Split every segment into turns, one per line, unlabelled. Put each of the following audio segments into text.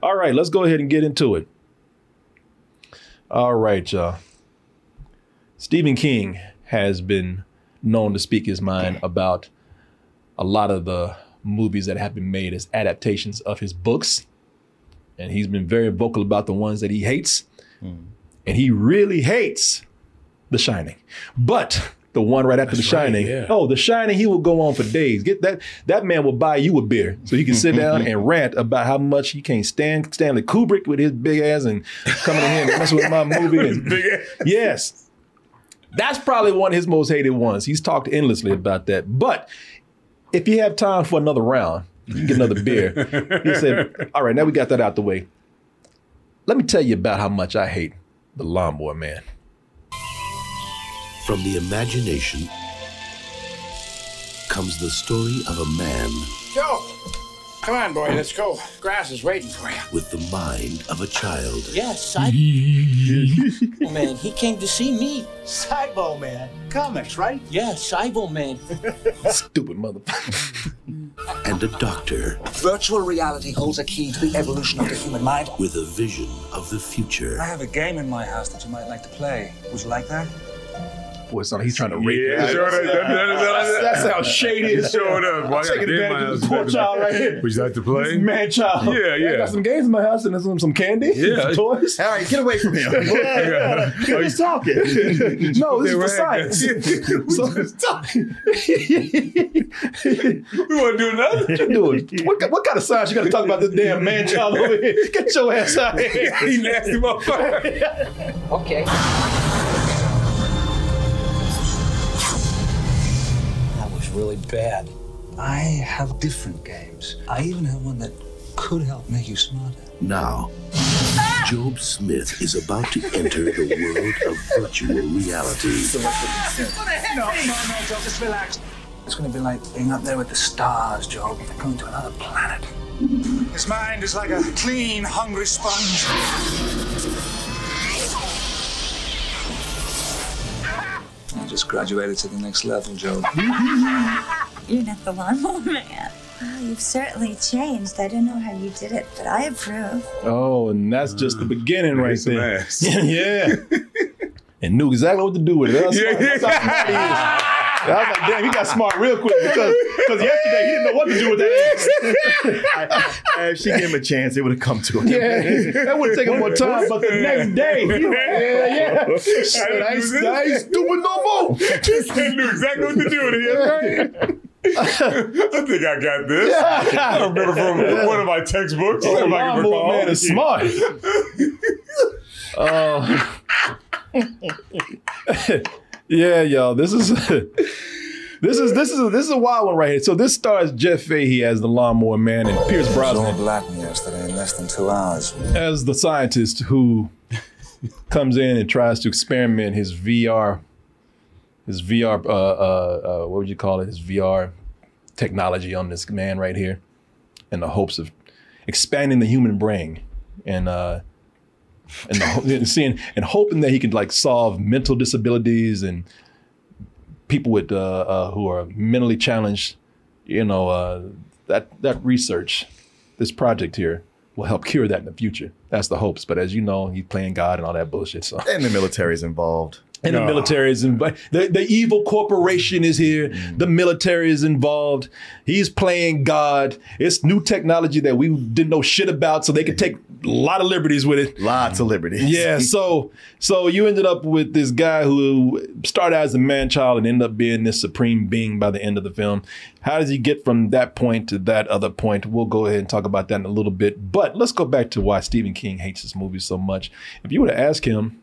All right, let's go ahead and get into it. All right, y'all. Stephen King has been known to speak his mind about a lot of the movies that have been made as adaptations of his books. And he's been very vocal about the ones that he hates. And he really hates The Shining. But the one right after The
right,
Shining,
yeah.
oh, The Shining, he will go on for days. Get that that man will buy you a beer so you can sit down and rant about how much he can't stand Stanley Kubrick with his big ass and coming in here and messing with my movie. and- yes. That's probably one of his most hated ones. He's talked endlessly about that. But if you have time for another round, you can get another beer. He said, All right, now we got that out the way. Let me tell you about how much I hate the lawnmower man.
From the imagination comes the story of a man
Joe, come on, boy, let's go. Grass is waiting for you.
with the mind of a child.
Yes, I. oh, man, he came to see me.
Cybo Man. Comics, right?
Yes, Cybo Man.
Stupid motherfucker.
and a doctor
Virtual reality holds a key to the evolution of the human mind.
with a vision of the future.
I have a game in my house that you might like to play. Would you like that?
Boy, son, he's trying to rape
Yeah,
me.
sure, that- that- that- that-
That's how shady it
He
is.
showed up. Well, I got
Taking
a game in my
advantage of this
house.
poor child right here.
Would you like to
This
play?
man child.
Yeah,
I
yeah.
got some games in my house and there's some, some candy,
Yeah.
some toys.
All right, get away from him.
Yeah.
We're just talking.
No, this is
They
for
were
science. so,
We want to do nothing.
you doing? What, what kind of science you got to talk about this damn man child over here? Get your ass out of here.
he nasty motherfucker.
Okay.
That was really bad.
I have different games. I even have one that could help make you smarter.
Now, Job Smith is about to enter the world of virtual reality.
Joe, just relax. It's gonna be like being up there with the stars, Joe. They're going to another planet. His mind is like a clean, hungry sponge. I just graduated to the next level, Joe.
You're not the lawnmower man. Wow, Ah, you've certainly changed. I don't know how you did it, but I approve.
Oh, and that's just the beginning right
some
there.
ass.
yeah. and knew exactly what to do with it. That's
Yeah,
smart. That's how smart he is. I was like, damn, he got smart real quick because because yesterday he didn't know what to do with that ass.
if she gave him a chance, it would have come to him.
Yeah, that would have taken more time, but the next day, yeah, yeah. Shit, I, ain't- I ain't stupid no more.
I knew exactly what to do with it. That's right. I think I got this. I remember from one of my textbooks.
Oh,
if I can
lawnmower
recall.
man is smart. Uh, yeah, y'all. This is this is this is this is a wild one right here. So this stars Jeff Fahey as the lawnmower man and Pierce
Joe
Brosnan
blacked me yesterday in less than two hours.
as the scientist who comes in and tries to experiment his VR, his VR, uh, uh, uh, what would you call it? His VR technology on this man right here, in the hopes of expanding the human brain and uh, and, the, ho- and seeing and hoping that he can like solve mental disabilities and people with uh, uh, who are mentally challenged. You know uh, that that research, this project here will help cure that in the future. That's the hopes. But as you know, he's playing God and all that bullshit. So
And the military's involved.
and the
No.
military is involved. The, the evil corporation is here.
Mm.
The military is involved. He's playing God. It's new technology that we didn't know shit about, so they could take a lot of liberties with it.
Lots of liberty.
Yeah, so so you ended up with this guy who started out as a man child and ended up being this supreme being by the end of the film. How does he get from that point to that other point? We'll go ahead and talk about that in a little bit. But let's go back to why Stephen King hates this movie so much. If you were to ask him,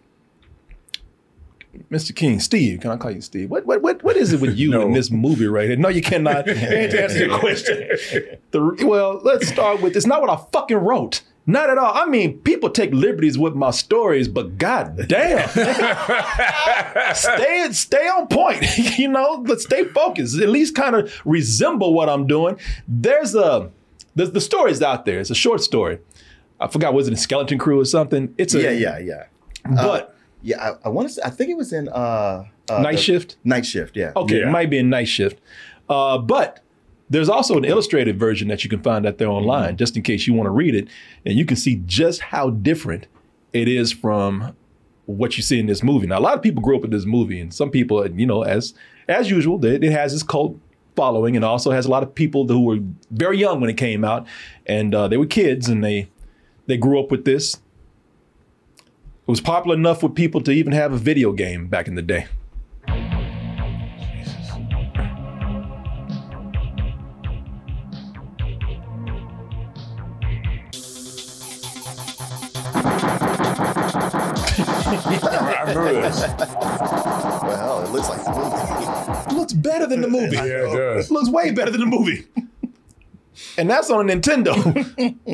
Mr. King, Steve, can I call you Steve? What what what, what is it with you in this movie right here? No, you cannot. to answer your question. The, well, let's start with it's not what I fucking wrote. Not at all. I mean, people take liberties with my stories, but god damn. stay stay on point, you know, but stay focused. At least kind of resemble what I'm doing. There's a the, the story's out there. It's a short story. I forgot was it a skeleton crew or something? It's a
Yeah, yeah, yeah. Uh,
But
Yeah, I, I want to. I think it was in uh, uh
Night
the-
Shift?
Night shift. Yeah.
Okay,
Yeah.
it might be a night shift. Uh, but there's also an illustrated version that you can find out there
Mm-hmm.
online, just in case you want to read it, and you can see just how different it is from what you see in this movie. Now, a lot of people grew up with this movie, and some people, you know, as as usual, it, it has this cult following, and also has a lot of people who were very young when it came out, and uh, they were kids, and they they grew up with this. It was popular enough with people to even have a video game back in the day.
I remember this.
Well, Oh, it looks like the movie.
looks better than the movie.
Yeah, it does.
looks way better than the movie. And that's on a Nintendo,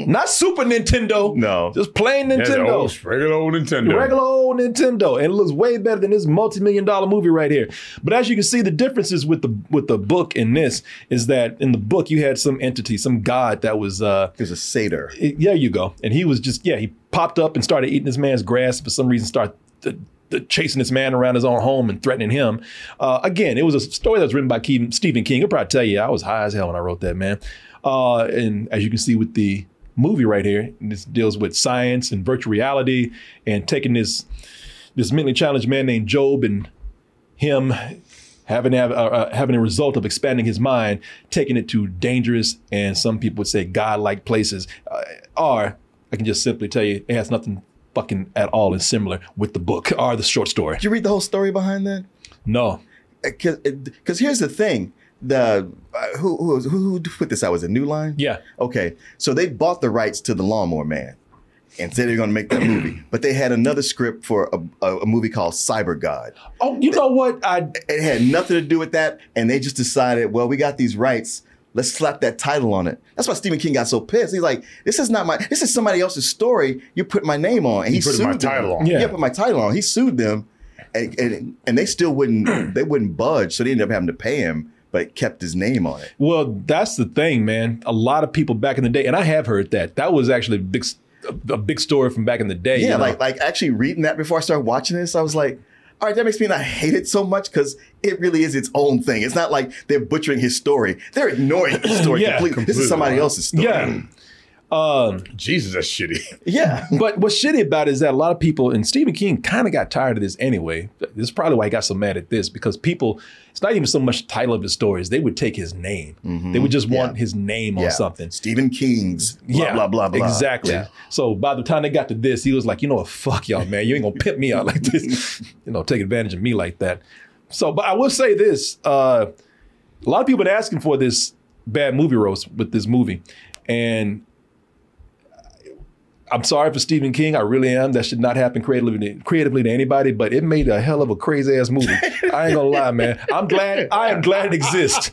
not Super Nintendo.
No.
just plain
Yeah, the
Nintendo,
old, regular old Nintendo.
regular old Nintendo, and it looks way better than this multi-million dollar movie right here. But as you can see, the differences with the with the book and this is that in the book you had some entity, some god that was uh,
There's a satyr.
it- there you go. And he was just, yeah, he popped up and started eating this man's grass for some reason, started th- th- chasing this man around his own home and threatening him. Uh, again, it was a story that was written by Keaton, Stephen King. I'll probably tell you, I was high as hell when I wrote that, man. Uh, and as you can see with the movie right here, this deals with science and virtual reality and taking this this mentally challenged man named Job and him having to have, uh, uh, having a result of expanding his mind, taking it to dangerous and some people would say godlike places. Uh, or I can just simply tell you it has nothing fucking at all and similar with the book or the short story.
Did you read the whole story behind that? Uh,
No,
Because here's the thing. The uh, who, who who who put this out was it New Line?
yeah,
Okay, so they bought the rights to the Lawnmower Man, and said they were going to make that movie. But they had another script for a, a, a movie called Cyber God.
Oh, you know what? I
It had nothing to do with that, and they just decided, well, we got these rights. Let's slap that title on it. That's why Stephen King got so pissed. He's like, "This is not my. This is somebody else's story. You put my name on." And he,
put
sued
my
them.
title on.
Yeah.
Yeah.
put my title on. He sued them, and and, and they still wouldn't. they wouldn't budge. So they ended up having to pay him, but it kept his name on it.
well, that's the thing, man. A lot of people back in the day, and I have heard that. That was actually a big, s- a, a big story from back in the day.
Yeah,
you know?
like like actually reading that before I started watching this, I was like, all right, that makes me not hate it so much because it really is its own thing. It's not like they're butchering his story; they're ignoring his story
Yeah,
completely. This
completely.
is somebody else's story.
yeah.
Jesus, that's shitty.
yeah.
But what's shitty about it is that a lot of people and Stephen King kind of got tired of this anyway. This is probably why he got so mad at this because people, it's not even so much the title of his stories. They would take his name. They would just want
Mm-hmm. Yeah.
his name
Yeah.
on something.
Stephen King's blah blah blah blah.
Exactly.
Yeah.
So by the time they got to this, he was like, you know what, fuck y'all, man. You ain't gonna pimp me out like this. you know, take advantage of me like that. So, but I will say this: uh, a lot of people been asking for this bad movie roast with this movie, and I'm sorry for Stephen King. I really am. That should not happen creatively to, creatively to anybody, but it made a hell of a crazy ass movie. I ain't gonna lie, man. I'm glad. I am glad it exists.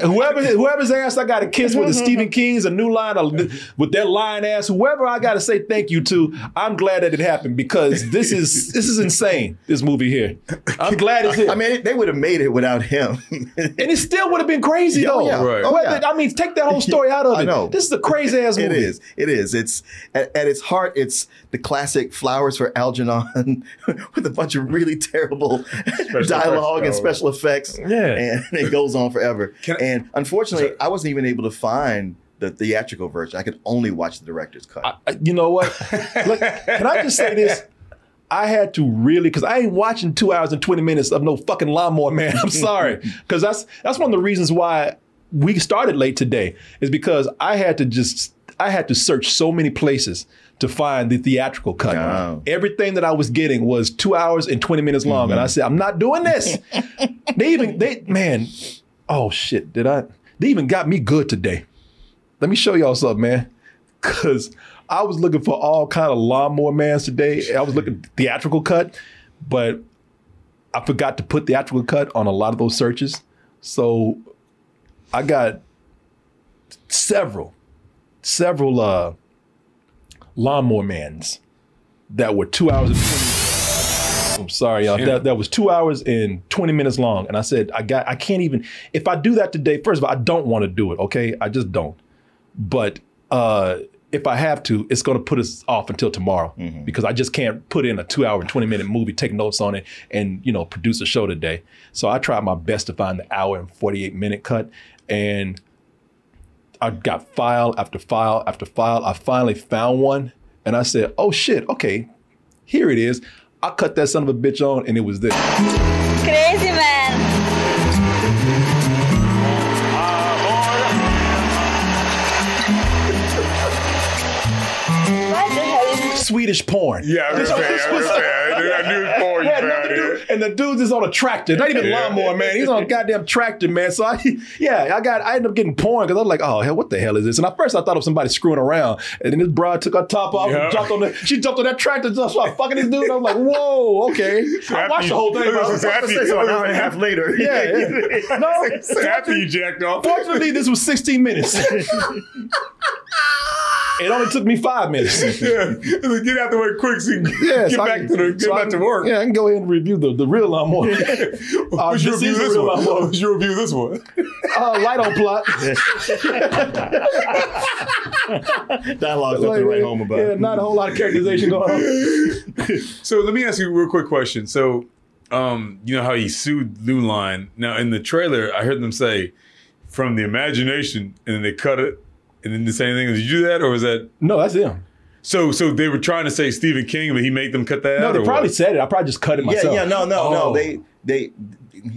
Whoever, whoever's ass I got to kiss, whether Stephen King's, a new line, or with that lion ass, whoever I got to say thank you to, I'm glad that it happened because this is this is insane. This movie here, I'm glad it's here.
I mean, they would have made it without him.
and it still would have been crazy
Oh,
though.
yeah. Right. Oh,
Whether-
yeah.
I mean, take that whole story out of it.
I know.
This is a crazy ass movie.
It is. It is. It's at, at its heart, it's the classic "Flowers for Algernon" with a bunch of really terrible dialogue and
effects,
special effects.
Oh. Yeah.
and it goes on forever.
Can I-
and unfortunately, I wasn't even able to find the theatrical version. I could only watch the director's cut.
I- you know what? Look, can I just say this? I had to really, because I ain't watching two hours and twenty minutes of no fucking lawnmower man. I'm sorry, because that's that's one of the reasons why we started late today is because I had to just I had to search so many places to find the theatrical cut.
Oh.
Everything that I was getting was two hours and twenty minutes long, and I said, I'm not doing this. they even they man, oh shit, did I? They even got me good today. Let me show y'all something, man. Cause I was looking for all kind of lawnmower mans today. I was looking theatrical cut, but I forgot to put theatrical cut on a lot of those searches. So I got several, several uh lawnmower mans that were two hours and 20 I'm sorry, y'all. That, that was two hours and 20 minutes long. And I said, I got I can't even if I do that today, first of all, I don't want to do it, okay? I just don't. But uh if I have to, it's gonna put us off until tomorrow because I just can't put in a two hour and 20 minute movie, take notes on it, and you know, produce a show today. So I tried my best to find the hour and 48 minute cut. And I got file after file after file. I finally found one and I said, oh shit, okay, here it is. I cut that son of a bitch on and it was this.
Crazy man.
What the hell is
Swedish porn.
Yeah, I understand. I understand. I knew- I knew it before you
Had nothing
found
to
it.
do- And the dude's just on a tractor, not even
Yeah.
lawnmower, man. He's on a goddamn tractor, man. So I, yeah, I got, I ended up getting porn because I was like, oh hell, what the hell is this? And at first I thought it was somebody screwing around, and then this broad took her top off
Yeah.
and jumped on the, she jumped on that tractor, and just started fucking this dude. I was like, whoa, okay. I
after
watched the whole
you-
thing. but I
so
was about to
after
say
you-
something.
so
and a half later.
Yeah, yeah.
So after you jacked off.
Fortunately, this was 16 minutes. it only took me five minutes.
Yeah. Like, Get out the way quick so you can
Yeah,
get
so I
back
can-
to the get
so I
back to
can-
work.
Yeah, I can go ahead and review the, the real lawnmower. uh,
What's
this
your review
is the
this
real
one?
lawnmower.
What's your review this one?
Uh, light on plot.
Dialogue's
Like,
nothing to write home about.
Yeah, not a whole lot of characterization going on.
So let me ask you a real quick question. So, um, you know how he sued Luline. Now in the trailer, I heard them say from the imagination, and then they cut it, and then the same thing. Did you do that, or was that
No, that's him.
so? So they were trying to say Stephen King, but he made them cut that
No,
out.
they
or
probably
what?
said it. I probably just cut it myself.
Yeah, yeah, no, no,
Oh.
no. They they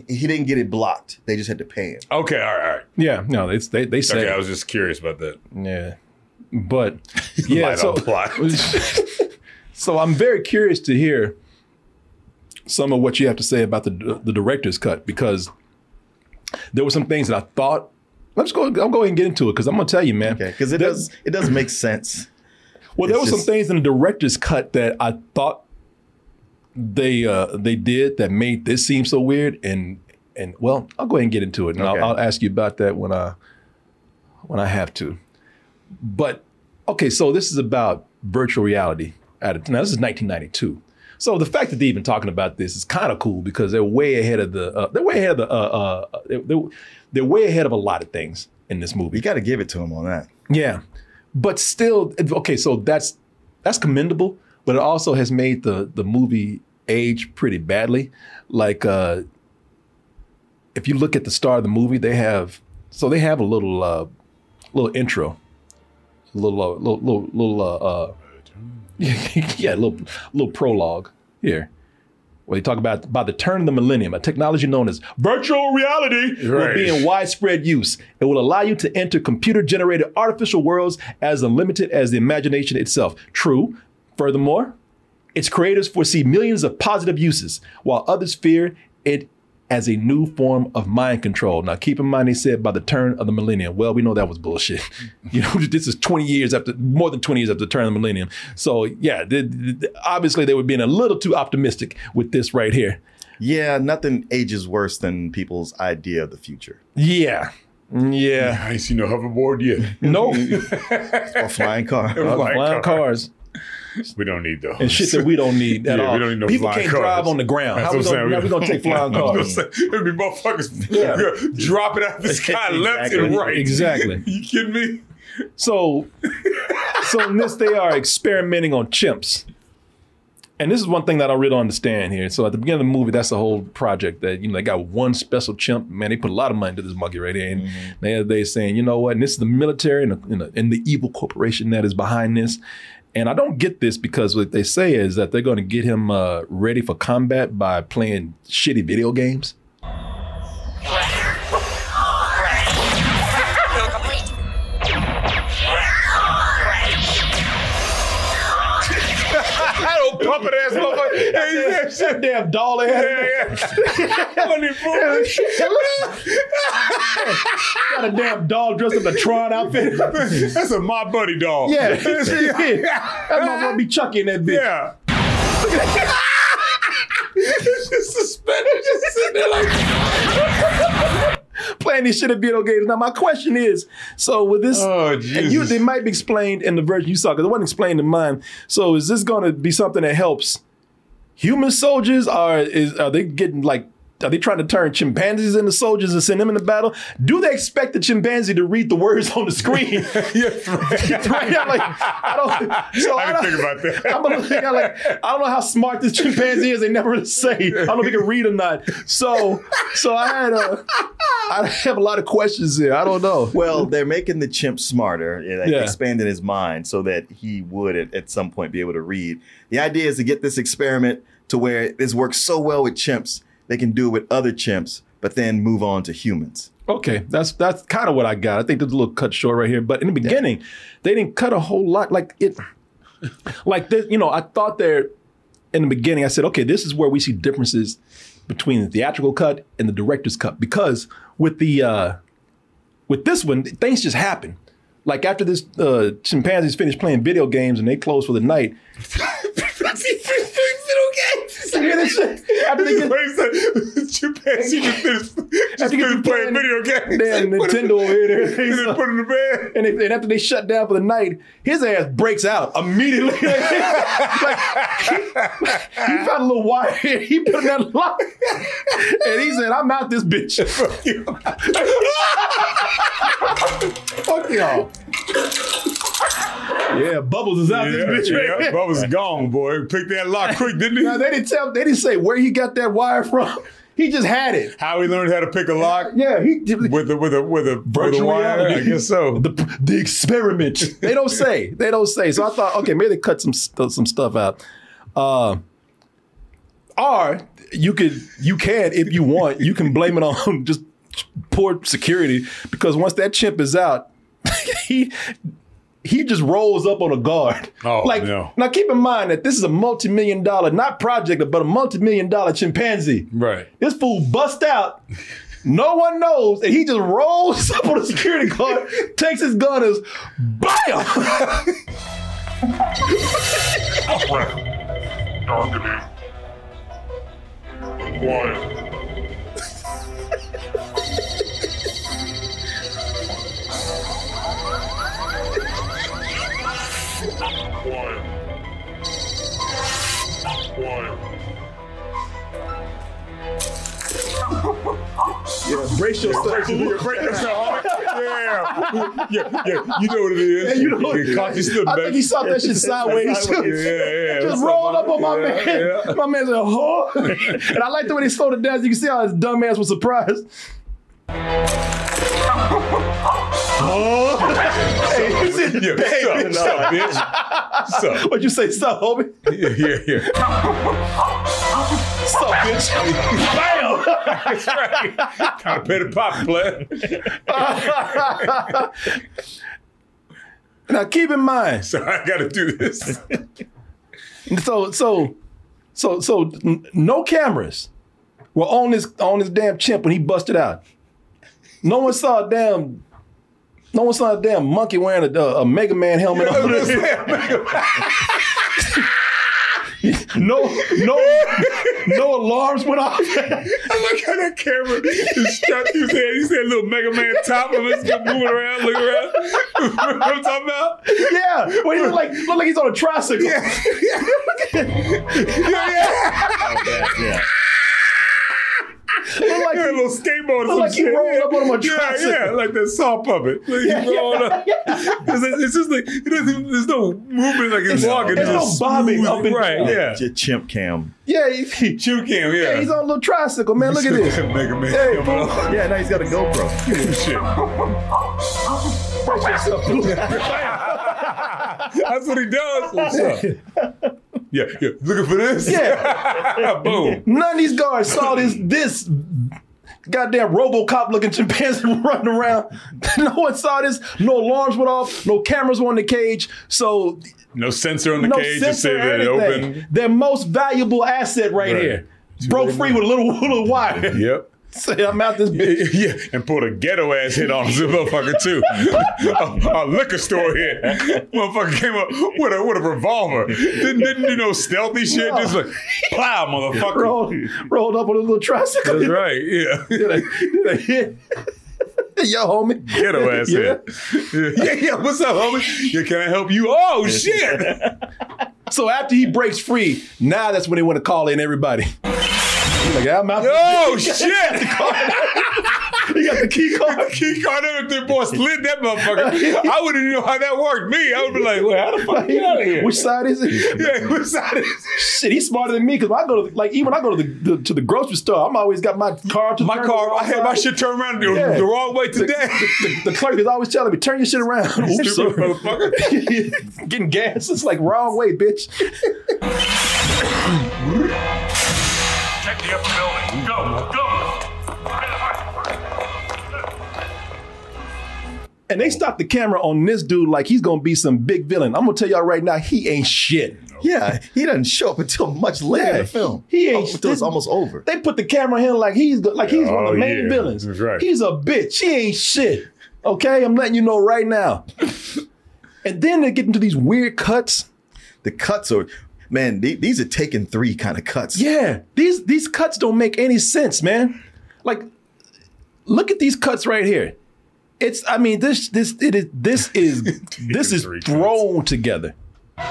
he didn't get it blocked. They just had to pay him.
Okay, all right, all right.
Yeah, no, they they, they said
Okay,
it.
I was just curious about that.
Yeah. But yeah,
Light
so
on plot.
so I'm very curious to hear some of what you have to say about the the director's cut because there were some things that I thought. Let's go. I'll go ahead and get into it because I'm gonna tell you, man.
Okay, because it
There-
does it does make sense.
Well, there were
it's
some
just-
things in the director's cut that I thought they uh they did that made this seem so weird. And and well, I'll go ahead and get into it, and
Okay.
I'll, I'll ask you about that when I when I have to. But okay, so this is about virtual reality. At a, now, this is 1992. So the fact that they're even talking about this is kind of cool because they're way ahead of the uh, they're way ahead of the uh, uh, they're, they're- they're way ahead of a lot of things in this movie.
You got to give it to him on that.
Yeah, but still, okay. So that's that's commendable, but it also has made the the movie age pretty badly. Like, uh, if you look at the star of the movie, they have so they have a little uh, little intro, a little uh, little little, little uh, uh, yeah, a little little prologue here. Where they talk about by the turn of the millennium, a technology known as virtual reality will
Right.
be in widespread use. It will allow you to enter computer-generated artificial worlds as unlimited as the imagination itself. True. Furthermore, its creators foresee millions of positive uses, while others fear it as a new form of mind control. Now, keep in mind, they said by the turn of the millennium. Well, we know that was bullshit. you know, this is 20 years after, more than 20 years after the turn of the millennium. So, yeah, the- the- the- obviously they were being a little too optimistic with this right here.
Yeah, nothing ages worse than people's idea of the future
Yeah. Yeah.
I ain't seen no hoverboard yet.
Nope.
or flying car.
Flying
Flying cars.
We don't need those.
and shit that we don't need at
Yeah, we
all.
don't need no
People
flying
can't
cars.
drive on the ground.
That's
How we
what I'm
gonna,
saying.
how we gonna take flying cars?
It'd be motherfuckers
Yeah.
dropping out the sky left and
Exactly.
right.
Exactly.
You kidding me?
So, so in this, they are experimenting on chimps. And this is one thing that I really don't understand here. So at the beginning of the movie, that's the whole project that you know they got one special chimp. Man, they put a lot of money into this monkey right here, and they they saying, you know what? And this is the military and the, and, the, and the evil corporation that is behind this. And I don't get this because what they say is that they're going to get him uh, ready for combat by playing shitty video games.
I don't pump it ass motherfucker. Hey, yeah, shit.
That damn doll they had.
Yeah, yeah. I wasn't even fooling.
Oh, Got a damn doll dressed up in a Tron outfit.
That's a my buddy doll.
Yeah. that motherfucker be Chucky in that bitch.
Yeah. it's just suspended, just sitting there like.
playing this shit at video games. Now my question is, so with this,
Oh,
and you, it might be explained in the version you saw because it wasn't explained in mine. So is this going to be something that helps human soldiers? Are is are they getting like? Are they trying to turn chimpanzees into soldiers and send them into battle? Do they expect the chimpanzee to read the words on the screen? Right? I'm like, I don't. So I,
didn't
don't-
think about that.
I'm gonna think I like I don't know how smart this chimpanzee is. They never really say. I don't know if he can read or not. So, so I had a, I have a lot of questions there. I don't know.
Well, they're making the chimp smarter, Oh. yeah, like
Yeah.
expanding his mind so that he would at, at some point be able to read. The idea is to get this experiment to where this works so well with chimps, they can do it with other chimps, but then move on to humans.
Okay, that's that's kind of what I got. I think there's a little cut short right here, but in the beginning, they didn't cut a whole lot. Like it, like this, you know, I thought there in the beginning. I said, okay, this is where we see differences between the theatrical cut and the director's cut because with the uh with this one, things just happen. Like after this, uh, chimpanzees finished playing video games and they closed for the night. After they get,
chimpanzee just finished, just
After you get
finished playing video games.
Damn,
Put him-
Nintendo over here. and everything.
And then put him to bed.
And, if, and after they shut down for the night, his ass breaks out immediately. like, he, he found a little wire. and He put in that lock, and he said, "I'm out this bitch." Fuck you. Fuck y'all. Yeah, Bubbles is out
Yeah,
this bitch. right
yeah,
here.
Bubbles gone, boy. Picked that lock quick, didn't he?
Now they didn't tell. They didn't say where he got that wire from. He just had it.
How he learned how to pick a lock?
Yeah, he
with a with a with a with a
Virtual
wire.
reality.
I guess so.
The, the experiment. They don't say. They don't say. So I thought, okay, maybe they cut some st- some stuff out. Uh, or you could, you can, if you want, you can blame it on just poor security because once that chimp is out, he he just rolls up on a guard.
Oh,
like
no.
now, keep in mind that this is a multi-million dollar, not project, but a multi-million dollar chimpanzee.
Right.
This fool bust out. No one knows, and he just rolls up on the security guard, takes his gunners, bam! Yeah, brace yourself.
Break yourself. Yeah, yeah, yeah. You know what it is.
Yeah, you know what-
You caught your slip
I
back.
think he saw that shit sideways.
Yeah, yeah.
Just rolled up on my
Yeah,
man.
yeah.
My man's a whore. and I like the way they slowed it down. You can see how his dumb ass was surprised. Hey, you see-
Yeah, sup, sup, bitch. Sup.
What'd you say? Sup, homie?
Yeah, yeah, yeah.
Sup, bitch? Bam!
Kind of better pop, player.
now keep in mind,
So I got to do this.
so so so so n- no cameras were on this on this damn chimp when he busted out. No one saw a damn. No one saw a damn monkey wearing a, a Mega Man helmet. on no, no, no alarms went off.
I look at that camera. He's strapped to his head. He's that little Mega Man top of him. He's moving around, looking around. you know what I'm talking about?
yeah, well, he looked like looked like he's on a tricycle.
Yeah, yeah.
Looked like
yeah a
he-
little skateboard. or some
like he
shit.
rolled up on him on
Yeah,
tricycle.
yeah, like that saw puppet. Like he rolled up. It's, it's just like, it doesn't, even- there's no movement like he's
It's-
walking.
there's
just
no bobbing
smooth.
up and
Right,
down.
yeah.
Ch- chimp cam.
yeah, he-
Chew cam, yeah.
yeah, he's on a little tricycle, man. Look at this.
Mega Man.
Hey,
coming
fool.
on.
Yeah, now he's got a GoPro.
Shit. That's what he does. What's up? Yeah, yeah. Looking for this? Yeah. Boom.
None of these guards saw this this goddamn RoboCop looking chimpanzee running around. no one saw this. No alarms went off. No cameras were on the cage. So
No sensor on the
no
cage to say
sensor or
that it
anything.
open.
Their most valuable asset right,
Right.
here broke free with a little little wire.
Yep.
Say I'm out this
bitch. Yeah, and put a ghetto ass hit on this motherfucker too. a, a liquor store hit. Motherfucker came up with a with a revolver. Didn't, didn't do no stealthy shit.
No.
Just like plow, motherfucker.
rolled, rolled up on a little tricycle.
That's right. Yeah.
Did a, did a hit. Yo, homie.
Ghetto ass
Yeah.
hit. Yeah. yeah, yeah. What's up, homie? Yeah, can I help you? Oh shit.
So after he breaks free, now that's when they want to call in everybody. He's like, I'm out.
Oh shit.
He got the key card.
Key card if the boy slid that motherfucker. I wouldn't know how that worked. Me, I would be like, well, how the fuck you out of here?
Which side is it?
yeah, which side is
Shit, he's smarter than me because I go to the, like even I go to the, the to the grocery store. I'm always got my car to
My
turn
car,
around
I had my
side.
shit turned around the,
Yeah.
the wrong way
The,
today.
the, the- the clerk is always telling me turn your shit around. Oops,
Stupid
sorry.
motherfucker.
Getting gas, it's like wrong way, bitch.
Check the upper building. Go, go.
And they stopped the camera on this dude like he's gonna be some big villain. I'm gonna tell y'all right now, he ain't shit.
Yeah, he doesn't show up until much later in
Yeah,
the film.
he
Oh,
ain't-
until it's almost over.
They put the camera on him like he's the, like he's one of
Oh,
the main
yeah.
villains.
That's right.
He's a bitch. He ain't shit. Okay, I'm letting you know right now. and then they get into these weird cuts.
The cuts are, man, the- these are taken three kind of cuts.
Yeah, these these cuts don't make any sense, man. Like, look at these cuts right here. It's I mean this this it is this is this is
Three cuts.
thrown together.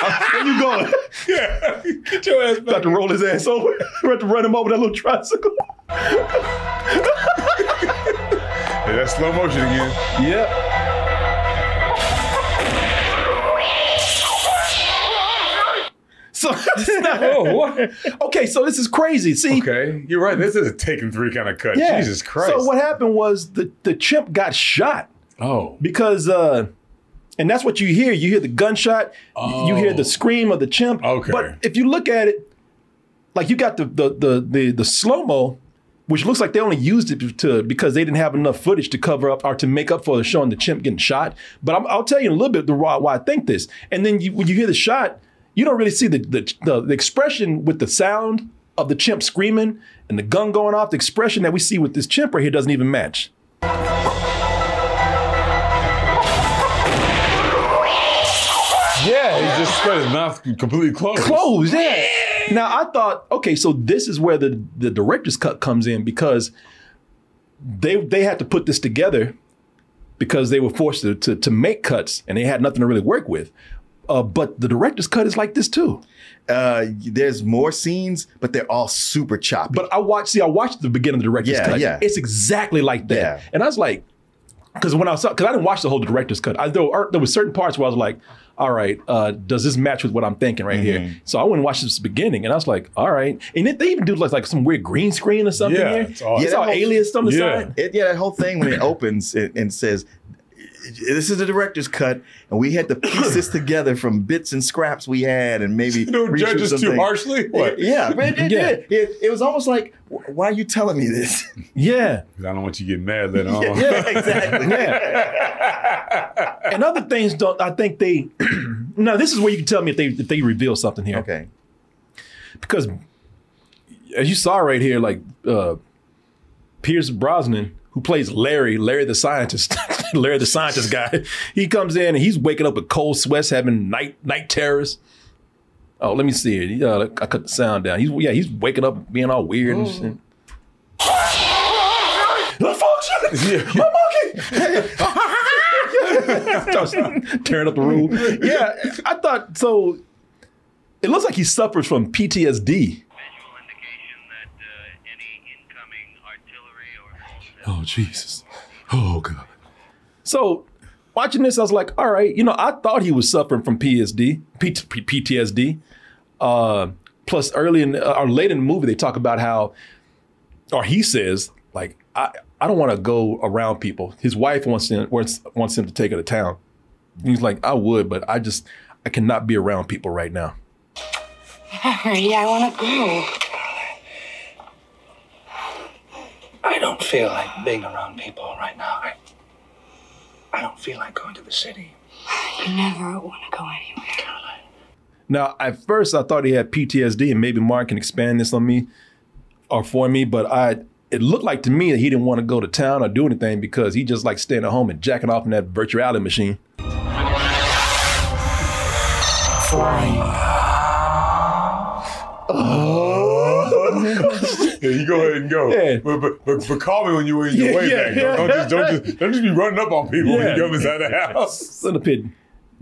Where you going?
Yeah, get your ass
About
back.
to roll his ass over. About to run him over that little tricycle.
Hey, that's slow motion again.
Yep. So
Oh, what?
okay, so this is crazy. See,
Okay, you're right. This is a taken three kind of cut.
yeah.
Jesus Christ.
So what happened was the the chimp got shot
Oh,
because, uh and that's what you hear. You hear the gunshot. You hear the scream of the chimp.
Okay.
But if you look at it, like you got the the the the, the slow mo. Which looks like they only used it to because they didn't have enough footage to cover up or to make up for the showing the chimp getting shot. But I'm, I'll tell you in a little bit the why, why I think this. And then you, when you hear the shot, you don't really see the the, the the expression with the sound of the chimp screaming and the gun going off. The expression that we see with this chimp right here doesn't even match.
yeah, he just cut his mouth completely closed.
closed. Yeah. Now I thought, okay, so this is where the the director's cut comes in because they they had to put this together because they were forced to to, to make cuts and they had nothing to really work with. Uh, but the director's cut is like this too.
Uh, there's more scenes, but they're all super choppy.
But I watched, see, I watched the beginning of the director's
Yeah,
cut.
yeah.
It's exactly like that.
Yeah.
And I was like, because when I saw, because I didn't watch the whole director's cut. I there were, there were certain parts where I was like, all right, uh, does this match with what I'm thinking right
Mm-hmm.
here? So I went and watched this beginning, and I was like, all right. And it, they even do like, like some weird green screen or something.
Yeah,
here.
it's awesome.
You
Yeah,
saw
that whole-
aliens on the
Yeah.
side.
It, yeah, that whole thing when it opens and, and says, "This is the director's cut," and we had to piece this together from bits and scraps we had, and maybe
Don't
reshoot
judge us too
something.
harshly. What?
Yeah, but it, it,
Yeah.
It, it, it was almost like, "Wh- "Why are you telling me this?"
Yeah.
'Cause I don't want you to get mad uh-huh. later on.
yeah, exactly.
Yeah. and other things don't, I think they, now this is where you can tell me if they, if they reveal something here.
Okay.
because as you saw right here, like uh Pierce Brosnan, who plays Larry, Larry the scientist, Larry the scientist guy, he comes in and he's waking up with cold sweats, having night night terrors. Oh, let me see it. Uh, I cut the sound down. He's yeah, he's waking up being all weird and shit. The function, my monkey. Starts tearing up the room. Yeah, I thought so. It looks like he suffers from PTSD.
Visual indication that uh, any incoming artillery or
Oh Jesus. Oh God. So watching this, I was like, all right, you know, I thought he was suffering from PSD, P- P- PTSD. Uh, plus, early in uh, or late in the movie, they talk about how, or he says, like, I, I don't want to go around people. His wife wants him wants, wants him to take her to town. And he's like, I would, but I just I cannot be around people right now.
Hurry, I want to go.
I don't feel like being around people right now. I, I don't feel like going to the city.
You never want to go anywhere.
And Now, at first, I thought he had PTSD, and maybe Mark can expand this on me or for me. But I, it looked like to me that he didn't want to go to town or do anything because he just like staying at home and jacking off in that virtuality machine.
Yeah, you go ahead and go. But, but, but, but call me when you're in your
Yeah,
way
yeah,
back.
yeah.
Don't, don't just, don't, just, don't just be running up on people when
Yeah.
you come inside the house.
Son of a pit,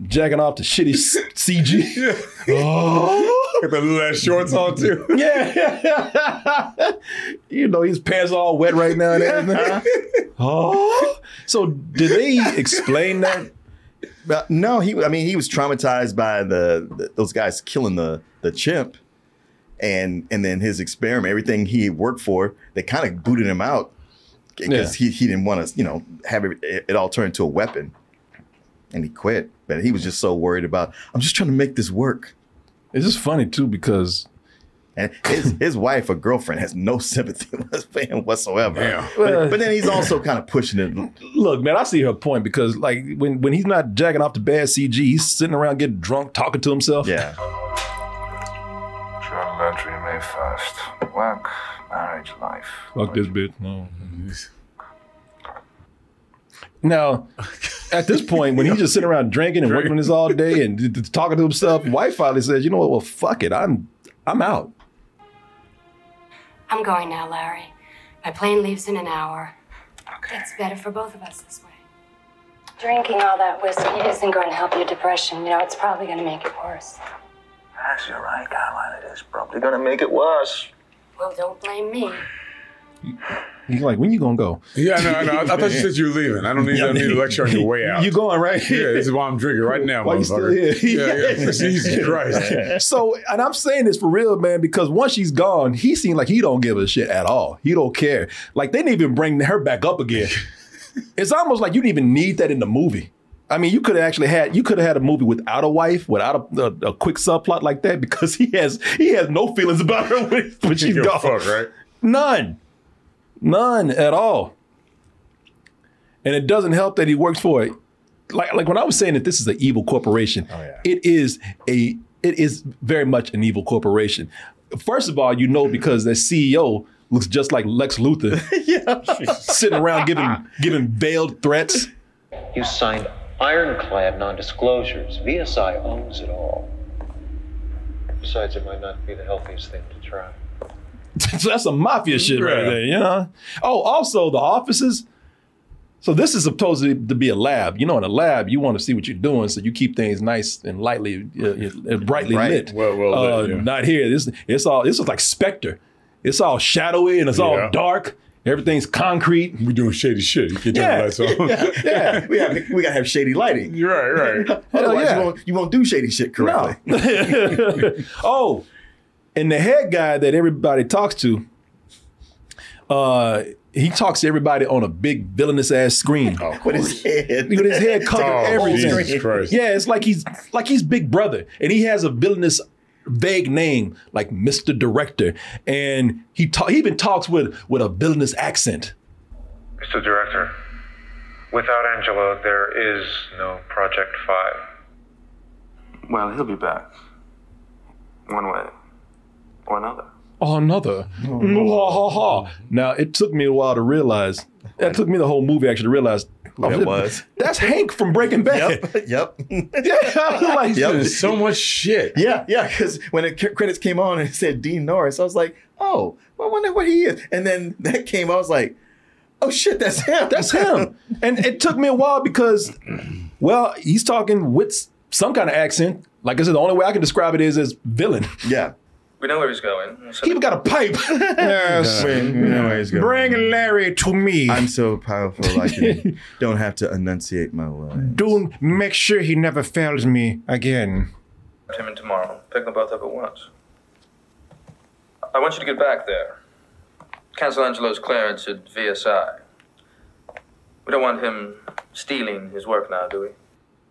jacking off to shitty s- CG. Oh.
Got the little ass shorts on too.
Yeah. you know, his pants are all wet right now and everything. oh.
So did they explain that? no, he. I mean, he was traumatized by the, the- those guys killing the the chimp, and and then his experiment, everything he had worked for, they kind of booted him out because he he didn't want to, you know, have it, it all turn into a weapon, and he quit. But he was just so worried about. I'm just trying to make this work.
It's just funny too because.
And his, his wife or girlfriend has no sympathy for him whatsoever.
Well-
But, but then he's also kind of pushing it
Look, man, I see her point because, like, when, when he's not jacking off the bad CG, he's sitting around getting drunk, talking to himself.
Yeah.
Trial entry May 1st. Work, marriage, life.
Fuck this bitch. No. Now, at this point, when he's just sitting around drinking and working on this all day and d- d- talking to himself, wife finally says, "You know what? Well, fuck it. I'm, I'm out."
I'm going now, Larry. My plane leaves in an hour. It's better for both of us this way. Drinking all that whiskey isn't going to help your depression. You know, it's probably going to make it worse.
Yes, you're right, Caroline. It is probably gonna make it worse.
Well, don't blame me.
He's like, "When you gonna go?"
Yeah, I know, I know. I, I thought you said you were leaving. I don't need, I don't need a lecture on your way out.
You going right?
Yeah, this is why I'm drinking right now,
Why you still
motherfucker.
here?
Yeah, yeah. Jesus Christ.
So, and I'm saying this for real, man, because once she's gone, he seemed like he don't give a shit at all. He don't care. Like they didn't even bring her back up again. it's almost like you didn't even need that in the movie. I mean, you could have actually had you could have had a movie without a wife, without a, a, a quick subplot like that, because he has he has no feelings about her when, when she's
Give a
gone.
fuck, right?
None, none at all. And it doesn't help that he works for it. Like like when I was saying that this is an evil corporation, it is a it is very much an evil corporation. First of all, you know because the CEO looks just like Lex Luthor, sitting around giving giving veiled threats.
You signed ironclad non disclosures. VSI owns it all. Besides, it might not be the healthiest thing to try.
so that's some mafia shit
Yeah.
right there, you know? Oh, also the offices. So this is supposed to be a lab. You know, in a lab, you want to see what you're doing, so you keep things nice and lightly, uh, uh, brightly
Right.
lit.
Well- well lit,
Uh,
yeah.
Not here. This it's all. This is like Spectre. It's all shadowy and it's
Yeah.
all dark. Everything's concrete.
We're doing shady shit. You can turn
Yeah.
the lights on.
Yeah. Yeah.
we have we gotta have shady lighting.
You're right, right.
Otherwise,
yeah.
you won't you won't do shady shit correctly.
oh, and the head guy that everybody talks to, uh, he talks to everybody on a big villainous ass screen.
Oh.
With his head,
with his head covered
Oh,
everything.
Jesus Christ.
Yeah, it's like he's like he's Big Brother, and he has a villainous vague name like Mr. Director, and he ta- he even talks with with a villainous accent.
Mr. Director, without Angelo, there is no Project 5.
Well, he'll be back. One way or another.
Oh, another. Mm, ha, ha, ha. Now it took me a while to realize. That took me the whole movie actually to realize who
that was.
That's Hank from Breaking Bad.
Yep.
yeah, I was like,
so much shit.
Yeah, yeah. Because when the cr- credits came on and it said Dean Norris, I was like, oh, I wonder what he is. And then that came, I was like, oh shit, that's him.
That's him. And it took me a while because, well, he's talking with s- some kind of accent. Like I said, the only way I can describe it is as villain.
Yeah.
We know where he's going.
He even got a pipe.
Yes.
Bring Larry to me.
I'm so powerful, I can, don't have to enunciate my line.
Don't make sure he never fails me again.
Him in tomorrow. Pick them both up at once. I want you to get back there. Cancel Angelo's clearance at VSI. We don't want him stealing his work now, do we?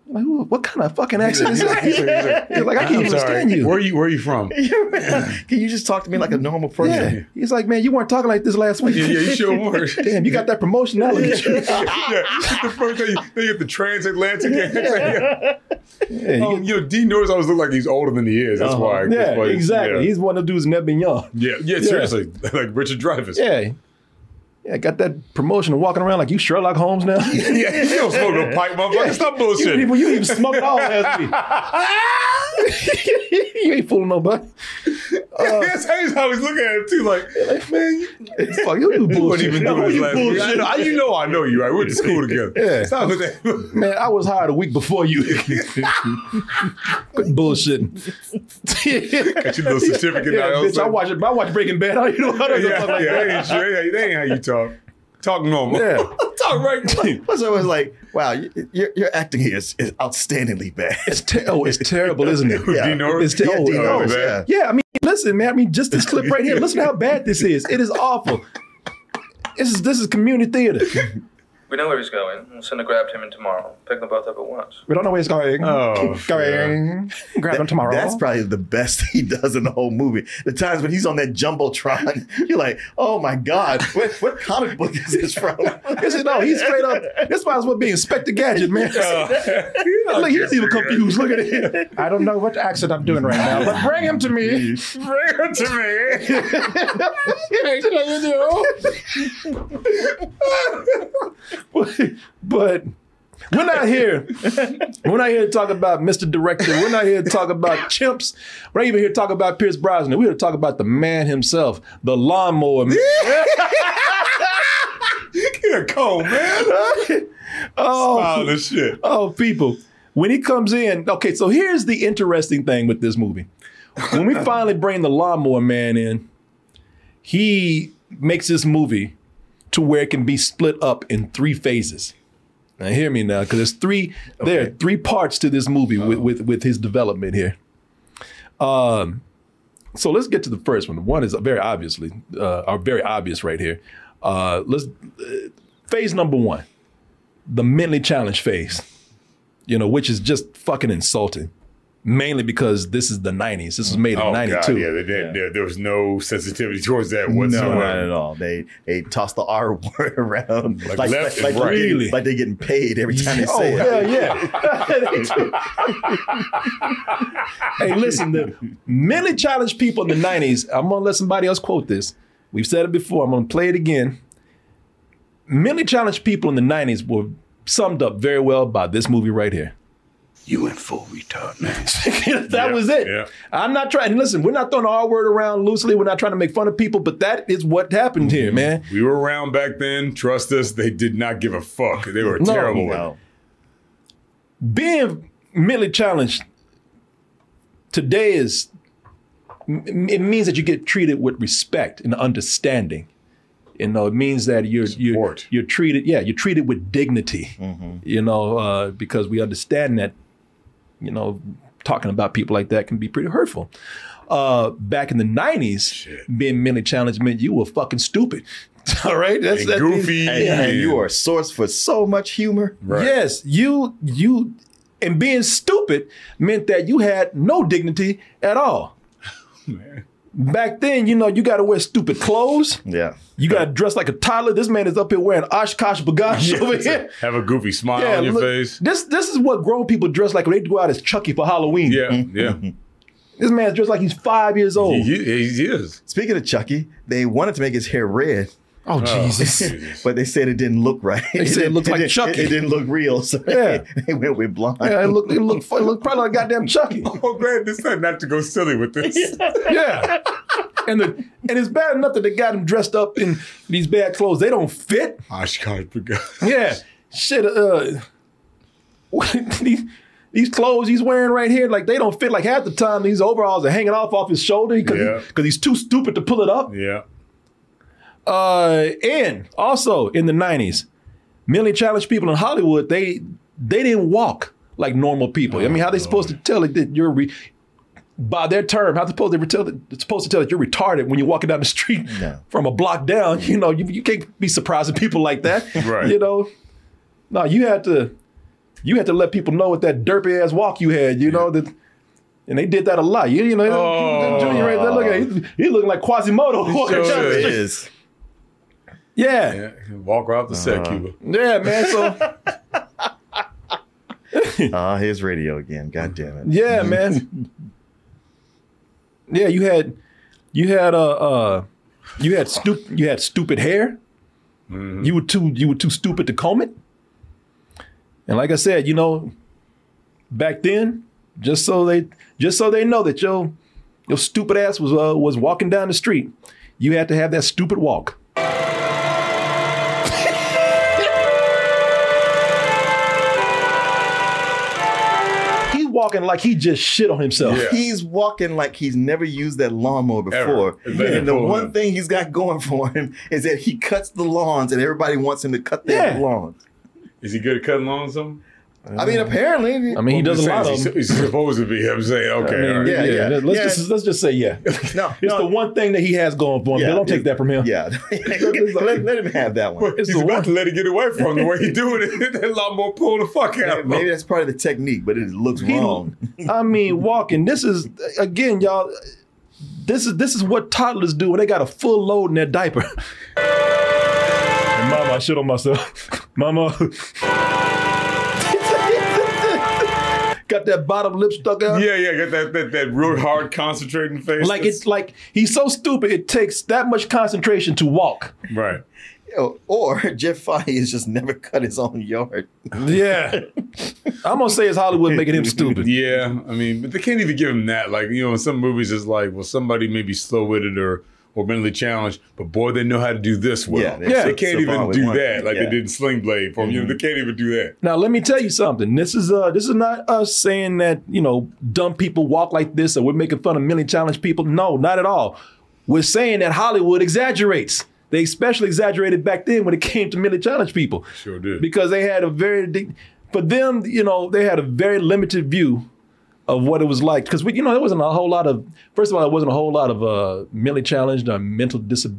Like, who- what kind of fucking accent is
He's like-
that?
he's like- he's like,
Yeah, like I can't
"I'm sorry.
understand you.
Where are you? Where are you from?
Can you just talk to me like a normal person?
Yeah. He's like, man, you weren't talking like this last week.
Yeah, yeah, you sure were.
Damn, you got that promotion. Now look at you.
yeah, it's the first thing you, then you have the transatlantic. accent.
Yeah,
um, you know, Dean Norris always looked like he's older than he is. That's
Uh-huh.
why.
Yeah,
that's why-
exactly.
Yeah.
He's one of the dudes never been young.
yeah, yeah, seriously, like Richard Dreyfuss.
Yeah. Yeah, got that promotion and walking around like you Sherlock Holmes now.
yeah, you don't smoke no pipe, motherfucker. Stop bullshit.
You, you even smoked all last week. you ain't fooling nobody. uh,
that's how he's always looking at him too. Like, like man, you,
fuck, you do
you wouldn't
bullshit.
even
No,
do this
you
last week. I
bullshit.
know, I- you know, I know you. Right, we went to school together.
Yeah.
Stop with that.
Man, I was hired a week before you. Quit bullshitting.
Got your little certificate
Yeah,
now.
bitch, I
like-
watch it. I watch Breaking Bad. I don't know how to
yeah,
fuck like
yeah, that
that.
ain't, sure. that ain't- that ain't how you talk. Talk normal.
Yeah.
talk right.
Plus, I was like, wow, y- your, your acting here is, is outstandingly bad.
It's ter- oh, it's terrible, isn't it?
Yeah.
It's
Yeah,
terrible.
Dean Norris,
oh. yeah.
yeah.
I mean, listen, man. I mean, just this clip right here. Listen how bad this is. It is awful. This is this is community theater.
We know where he's going. We'll send a grab team in tomorrow. Pick them both up at once.
We don't know where it's going.
Oh,
going. Grab him
That-
tomorrow.
That's probably the best he does in the whole movie. The times when he's on that jumbotron, you're like, "Oh my god, what, what comic book is this from?"
This is no. He's straight up. This might as well be Inspector Gadget, man.
Oh.
Look, he's even confused. Look at him. I don't know what accent I'm doing right now, but bring him to me.
Bring him to
but we're not here. We're not here to talk about Mr. Director. We're not here to talk about chimps. We're not even here to talk about Pierce Brosnan. We're here to talk about the man himself, the lawnmower man.
Get a comb, man.
oh,
Smile and shit.
Oh, people. When he comes in, okay, so here's the interesting thing with this movie. When we finally bring the lawnmower man in, he makes this movie to where it can be split up in three phases. Now hear me now, because there's three there are three parts to this movie with, with with his development here. Um, so let's get to the first one. One is very obviously, uh, are very obvious right here. Uh, let's uh, phase number one, the mentally challenged phase. You know, which is just fucking insulting, mainly because this is the '90s. This was made in
Oh, God,
'92.
yeah, they, they, There, there was no sensitivity towards that
No,
whatsoever.
not at all. They they toss the R word around
Like left and
they're
right.
getting-
Really?
like they're getting paid every time they
Oh,
say it.
hell yeah. hey, listen, the mentally challenged people in the 90s, I'm going to let somebody else quote this. We've said it before, I'm going to play it again. Mentally challenged people in the 90s were summed up very well by this movie right here.
You went full retard, man.
that was it. I'm not trying. and Listen, we're not throwing the R word around loosely. We're not trying to make fun of people, but that is what happened here, man.
We were around back then. Trust us, they did not give a fuck. They were
No.
terrible. with it.
No. being mentally challenged today is m- it means that you get treated with respect and understanding you know it means that you're you're, you're treated yeah you're treated with dignity
Mm-hmm.
you know uh, because we understand that you know talking about people like that can be pretty hurtful uh, back in the 90s being mentally challenged meant you were fucking stupid all right
And goofy
And,
Yeah.
and you are a source for so much humor.
Yes, you you and being stupid meant that you had no dignity at all. Back then, you know, you got to wear stupid clothes.
Yeah.
You got to dress like a toddler. This man is up here wearing Oshkosh Bagash
Yeah,
over
it's like,
here.
Have a goofy smile on your
look,
face.
This this is what grown people dress like when they go out as Chucky for Halloween.
Yeah, yeah.
This man's dressed like he's five years old.
he is.
Speaking of Chucky, they wanted to make his hair red.
Oh, Jesus.
but they said it didn't look right.
They said it looked like
didn't-
Chucky.
It, didn't look real. So
Yeah.
they, they went with blonde.
Yeah, it looked it looked, it looked probably like goddamn Chucky.
Oh man, this time not to go silly with this.
Yeah. And the and it's bad enough that they got him dressed up in these bad clothes. They don't fit.
Oshkosh Bagash.
Yeah. Shit, uh what- these, these clothes he's wearing right here, like they don't fit. Like half the time, these overalls are hanging off off his shoulder because
Yeah.
he's too stupid to pull it up.
Yeah.
Uh, and also in the '90s, mentally challenged people in Hollywood they they didn't walk like normal people. I mean, how they supposed to tell it that you're re- by their term? How they supposed to tell that, supposed to tell that you're retarded when you're walking down the street from a block down? You know, you, you can't be surprising people like that.
Right.
You know, no, you had to You had to let people know what that derpy ass walk you had, you know, that and they did that a lot. You, you know, that Junior right there, look at him. He, he looking like Quasimodo. walking
sure
down the street.
is.
Yeah.
yeah. Walk right off the
Uh-huh.
set, Cuba.
Yeah, man. So
Ah, his radio again. God damn it.
yeah, man. Yeah, you had you had uh uh you had stupid you had stupid hair. You were too you were too stupid to comb it. And like I said, you know, back then, just so they just so they know that your your stupid ass was uh, was walking down the street, you had to have that stupid walk. He walking like he just shit on himself.
Oh, He's walking like he's never used that lawnmower
Ever.
before.
It's been
And the
cool,
one
man.
thing he's got going for him is that he cuts the lawns and everybody wants him to cut their
Yeah.
lawns.
Is he good at cutting lawns? Something?
I mean, apparently.
I'm just saying, He's, he's supposed to be. I'm saying,
Um, I
okay,
mean,
all right.
yeah, yeah. Let's just let's just say yeah.
No,
it's the one thing that he has going for him.
Yeah,
Bill, don't
it-
take that from him.
Yeah, let, let him have that one.
He's about to let it get away from him. The way he doing it, that lawnmower pull the fuck out. of him.
Maybe that's part of the technique, but it looks wrong.
I mean, walking. This is again, y'all. This is this is what toddlers do when they got a full load in their diaper. And mama, I shit on myself. Mama. got that bottom lip stuck out.
Yeah, yeah. Got that that that real hard concentrating face.
Like it's like he's so stupid. It takes that much concentration to walk.
Right.
Yo, Or Jeff Fahey has just never cut his own yard.
Yeah. I'm gonna say it's Hollywood making him stupid.
Yeah, I mean, but they can't even give him that. Like, you know, in some movies, it's like, well, somebody may be slow witted or or mentally challenged, but boy, they know how to do this well.
Yeah, they- Yeah.
they can't
so far
even
with
do
one.
that. Like
Yeah. Mm-hmm.
they did in Sling Blade for him. You know, they can't even do that.
Now let me tell you something. This is uh this is not us saying that, you know, dumb people walk like this or we're making fun of mentally challenged people. No, not at all. We're saying that Hollywood exaggerates. They especially exaggerated back then when it came to mentally challenged people.
Sure did.
Because they had a very di- for them, you know, they had a very limited view of what it was like. Because we, you know, there wasn't a whole lot of. First of all, there wasn't a whole lot of uh, mentally challenged or mental dis- uh,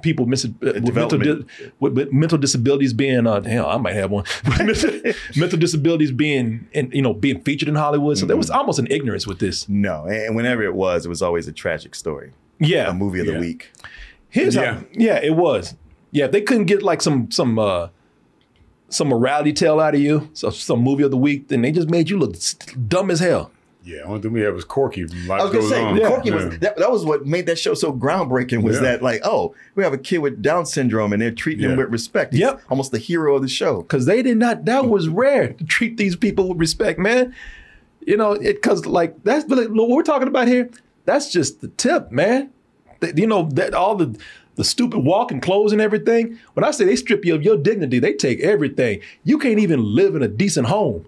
people mis- uh, with, mental di-
development.
with, with mental disabilities being. Uh, hell, I might have one. mental, mental disabilities being, and you know, being featured in Hollywood. So there was almost an ignorance with this.
No, and whenever it was, it was always a tragic story.
Yeah,
a movie of the week.
Here's
Yeah.
how. Yeah, it was. Yeah, if they couldn't get like some some uh some morality tale out of you, so some movie of the week, then they just made you look s- dumb as hell.
Yeah, only thing we had was Corky. From Life
I was gonna
Goes
say
on.
Corky
Yeah.
was that, that was what made that show so groundbreaking was
Yeah.
that like oh we have a kid with Down syndrome and they're treating him
Yeah.
with respect. He's yep. almost the hero of the show.
Cause they did not. That was rare to treat these people with respect, man. You know, it cause like that's but like, what we're talking about here. That's just the tip, man. That- you know that all the the stupid walk and clothes and everything. When I say they strip you of your dignity, they take everything. You can't even live in a decent home.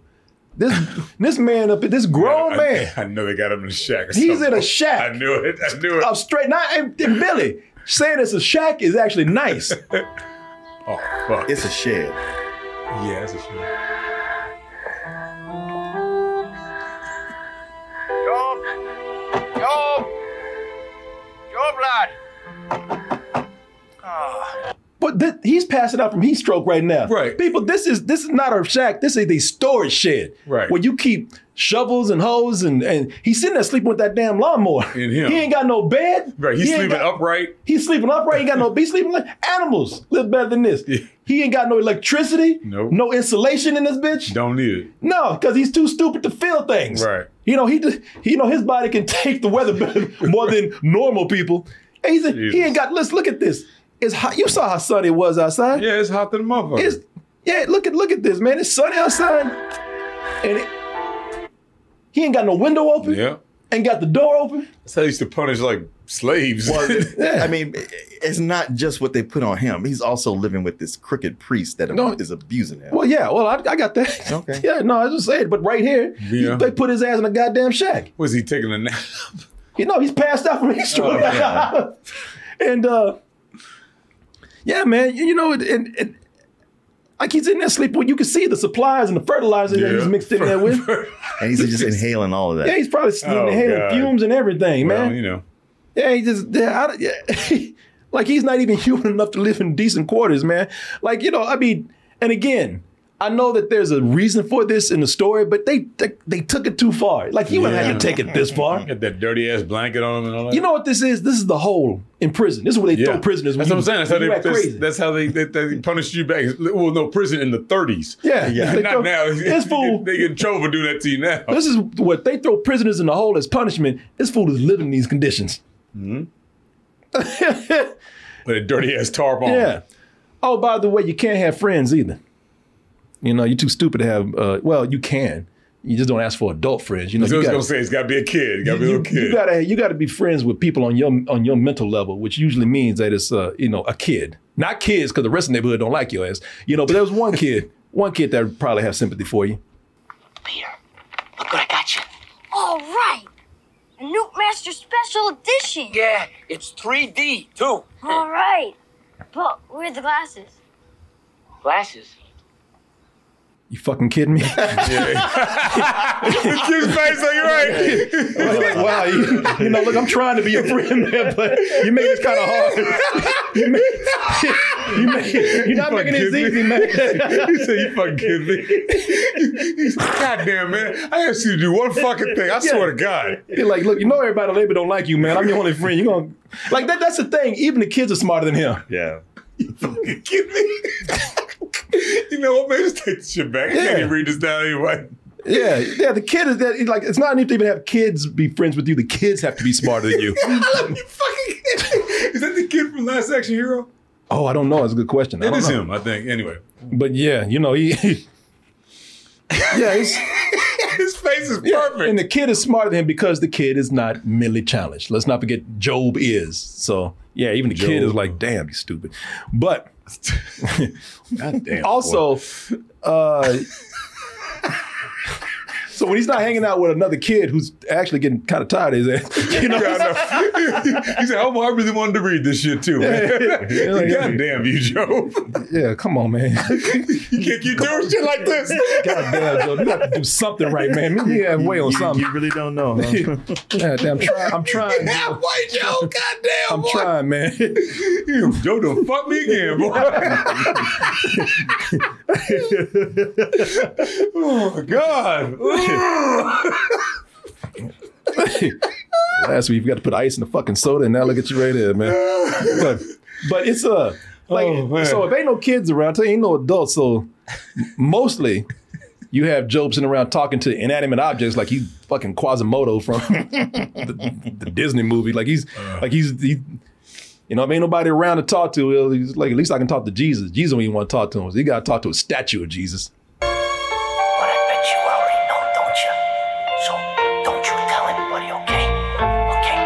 This this man up, this grown
I,
man.
I know they got him in a shack. Or
He's
something.
in a shack. Oh.
I knew it. I knew it.
I'm straight. Not and, and Billy saying it's a shack is actually nice.
oh fuck!
It's a shed.
Yeah, that's a shit.
Job! Job! Job, lad!
But th- he's passing out from heat stroke right now. Right. People, this is this is not a shack. This is a storage shed.
Right.
Where you keep shovels and hoes and and he's sitting there sleeping with that damn lawnmower.
And him.
He ain't got no bed.
Right, he's
He ain't
sleeping
got-
upright.
He's sleeping upright. He ain't got no be sleeping like animals live better than this. He ain't got no electricity.
Nope.
No insulation in this bitch.
Don't need it.
No, because he's too stupid to feel things.
Right.
You know, he just, he- you know, his body can take the weather better, more than normal people. And he's, he ain't got, let's look at this. It's hot. You saw how sunny it was outside.
Yeah, it's hot than a motherfucker.
It's, yeah, look at look at this, man. It's sunny outside. And it, he ain't got no window open.
Yeah.
Ain't got the door open.
That's how they used to punish like slaves.
I mean, it's not just what they put on him. He's also living with this crooked priest that is abusing him.
Well, yeah, well, I, I got that.
Okay.
yeah, no, I just said, but right here,
Yeah.
they put his ass in a goddamn shack.
Was he taking a nap?
You know, he's passed out from heat stroke.
Oh, yeah.
and uh, yeah, man, you, you know, and, and, and like he's in there sleeping. Well, you can see the supplies and the fertilizer that he's mixed in there with.
and he's just inhaling all of that.
yeah, he's probably
Oh,
sneaking inhaling
God.
fumes and everything,
Well,
man.
you
know.
Yeah, he just yeah, I, don't- yeah. like he's not even human enough to live in decent quarters, man. Like you know, I mean, and again, I know that there's a reason for this in the story, but they they, they took it too far. Like you wouldn't have to take it this far.
Got that dirty ass blanket on him and all that.
You know what this is? This is the hole in prison. This is where they throw prisoners. when
That's what I'm saying. That's how
you
they.
act
That's,
crazy.
that's how they, they, they punished you back. Well, no, prison in the 30s.
Yeah, they
not
throw-
now.
This fool.
They get in trouble for doing that to you now.
This is what they throw prisoners in the hole as punishment. This fool is living in these conditions.
With a dirty ass tarp on.
Yeah. Oh, by the way, you can't have friends either. You know, you're too stupid to have. Uh, well, you can. You just don't ask for adult friends. You know,
That's
you
what I was
gotta-
gonna say. It's got to be a kid. It got to be a little kid.
you gotta you gotta be friends with people on your on your mental level, which usually means that it's uh, you know a kid, not kids, because the rest of the neighborhood don't like your ass. You know, but there was one kid, one kid that would probably have sympathy for you.
Look what I got you. All right. A Nuke Master Special Edition. Yeah, it's 3D, too. All right. But where are the glasses?
Glasses.
You fucking kidding me?
the kid's face like, right.
wow, you, you know, look, I'm trying to be a friend, man, but you make this kind of hard. You make, you make, you're not making this easy, man.
you say you fucking kidding me. God damn, man. I asked you to do one fucking thing. I swear to God.
You're like, look, you know everybody in labor don't like you, man. I'm your only friend. You're gonna like that. That's the thing. Even the kids are smarter than him.
Yeah.
You kidding me? you know what, man? Just take this shit back. I can't
Yeah.
even read this down anyway.
Yeah, yeah. The kid is that like it's not enough to even have kids be friends with you. The kids have to be smarter than you.
you fucking Is that the kid from Last Action Hero?
oh, I don't know. It's a good question. I
It
don't
is
know.
him, I think. Anyway.
But yeah, you know he. yeah, he's,
His face is
yeah,
perfect.
and the kid is smarter than him because the kid is not mentally challenged. Let's not forget Job is. So yeah, even the kid is
Job.
like, damn, you stupid. But
damn,
also, uh, so when he's not hanging out with another kid who's actually getting kind of tired of his ass, you know,
Yeah, I know. he said, oh, I really wanted to read this shit too, man.
Yeah, like,
God damn you, Joe.
yeah, come on, man.
You can't keep doing shit like this.
God damn, Joe, you got to do something right, man. Maybe you have way on
You-
something.
You really don't know. Huh?
God damn, I'm trying. I'm trying.
That white Joe, goddamn.
I'm trying, man.
Joe done fuck me again, boy. oh my God.
Last week you got to put ice in the fucking soda, and now look at you right there, man. But, but it's uh, like
Oh, man.
so if ain't no kids around, so ain't no adults. So mostly you have Job sitting around talking to inanimate objects like he's fucking Quasimodo from the, the Disney movie. Like he's like he's he, you know, if ain't nobody around to talk to, well, he's like at least I can talk to Jesus. Jesus don't even want to talk to him. So he got to talk to a statue of Jesus.
But I bet you already know, don't you? So don't you tell anybody, okay?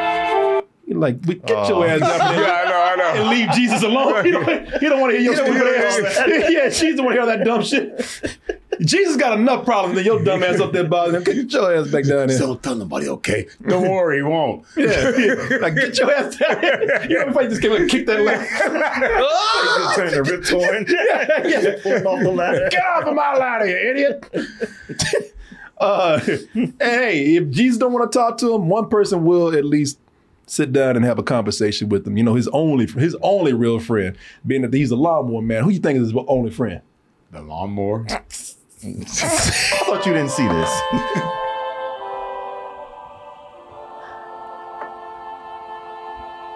You're like, we get your ass out of there.
Yeah, I know, I know.
and Uh. leave Jesus alone. He don't, he don't want to hear your
He don't
stupid
wanna hear
ass.
all that.
yeah, Jesus don't want to hear all that dumb shit. Jesus got enough problems than your dumb ass up there bothering him. Get your ass back down there.
So don't tell nobody, okay?
Don't worry, he won't.
Yeah, yeah. like get your ass down there. You know if I just came and kicked that leg.
Just turn the rip torn.
yeah, yeah.
Pulling off the ladder.
Get off of my ladder, you idiot. uh, and hey, if Jesus don't want to talk to him, one person will at least sit down and have a conversation with him. You know, his only his only real friend, being that he's a lawnmower man. Who you think is his only friend?
The lawnmower.
I thought you didn't see this.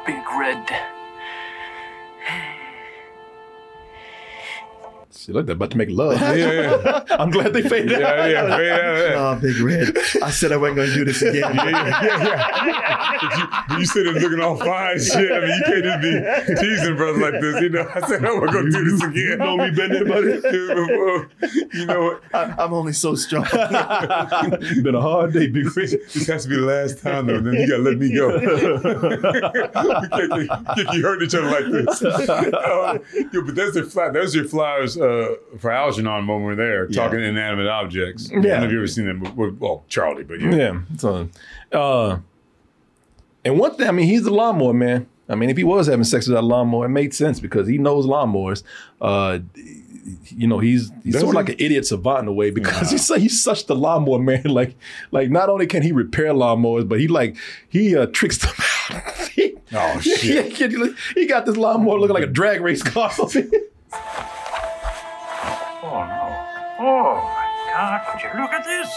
Big red.
She looked about to make love.
Yeah.
I'm glad they faded
Yeah,
out.
yeah, yeah, yeah.
Oh, big red. I said I wasn't going to do this again.
Yeah, yeah, You, you sit there looking all fine and shit. I mean, you can't just be teasing brothers like this. You know, I said, I'm going to go do this again. You know me better buddy. you know what?
I, I'm only so strong.
Been a hard day, big red.
This has to be the last time, though. Then you got to let me go. we can't keep- keep you hurting each other like this. Uh, yeah, but that's your fly. Those are your flowers uh, for Algernon when we're there talking inanimate objects. I don't know if you ever seen them. but- but- Well, Charlie, but yeah.
Yeah. So, uh, and one thing, I mean, he's a lawnmower man. I mean, if he was having sex with that lawnmower, it made sense because he knows lawnmowers. Uh, you know, he's he's
Does
sort of
he?
like an idiot savant in a way because he's he's he's such the lawnmower man. Like, like not only can he repair lawnmowers, but he like he uh, tricks them out. he,
Oh shit!
he- he- he got this lawnmower looking like a drag race car.
Oh no.
Oh my God! Would you look at this?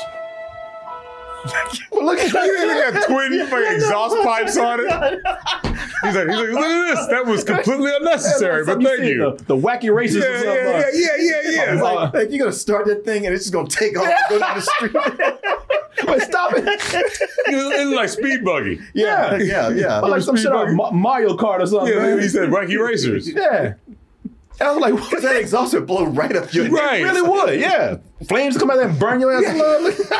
Look at that. He got twin fucking exhaust pipes on it. He's like, he's like, look at this. That was completely unnecessary, but thank you.
The, wacky racist.
Yeah, yeah, yeah, yeah, yeah, yeah.
It's like, like, you're gonna start that thing and it's just gonna take off and go down the street. But stop it.
It looked like speed buggy.
Yeah, yeah, yeah.
But like some shit on Ma- Mario Kart or something.
Yeah,
man.
he said wacky racers.
Yeah.
And I was like, what? That exhaust would blow right up your
It really would, yeah. Flames come out there and burn your ass.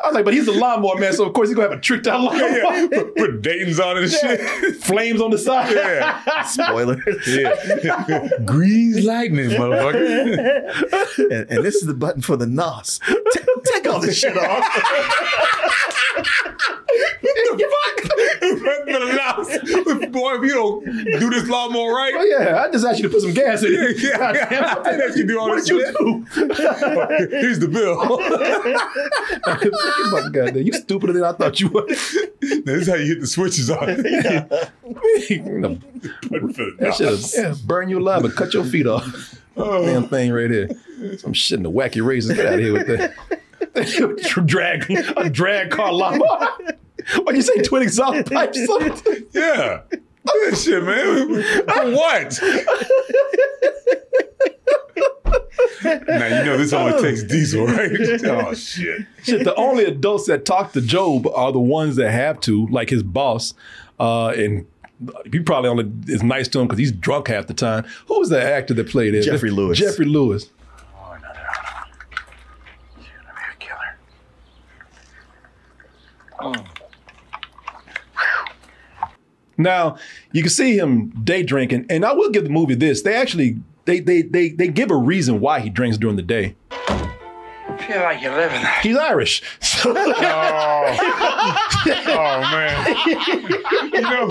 I was like, but he's a lawnmower man, so of course he's gonna have a tricked out lawnmower.
Yeah, Put, put Dayton's on it and shit.
Flames on the side.
Yeah.
Spoiler.
yeah. Grease lightning, motherfucker.
and, and this is the button for the NOS. Ta- take all this shit off.
Boy, if you don't do this lawnmower right,
Oh yeah, I just asked you to put some gas in it.
Yeah, yeah.
Goddamn,
I think that you do all
what
this
did you
shit.
do?
here's the bill.
Fucking goddamn, you stupider than I thought you were.
this is how you hit the switches on. Put for the
That shit'll
dollars.
yeah, Oh. burn you alive and cut your feet off. Damn thing right here. Some shit in the wacky razors. Get out of here with that. drag a drag car llama. Why'd you say twin exhaust pipes?
Yeah. Look at that shit, man. For what? now you know this only takes diesel, right? oh shit.
Shit, the only adults that talk to Job are the ones that have to, like his boss, uh, and he probably only is nice to him because he's drunk half the time. Who was the actor that played it?
Jeffrey Lewis.
Jeffrey Lewis. Now you can see him day drinking, and I will give the movie this: they actually they they they they give a reason why he drinks during the day.
Feel like you're living.
He's Irish. So-
Oh man. You know,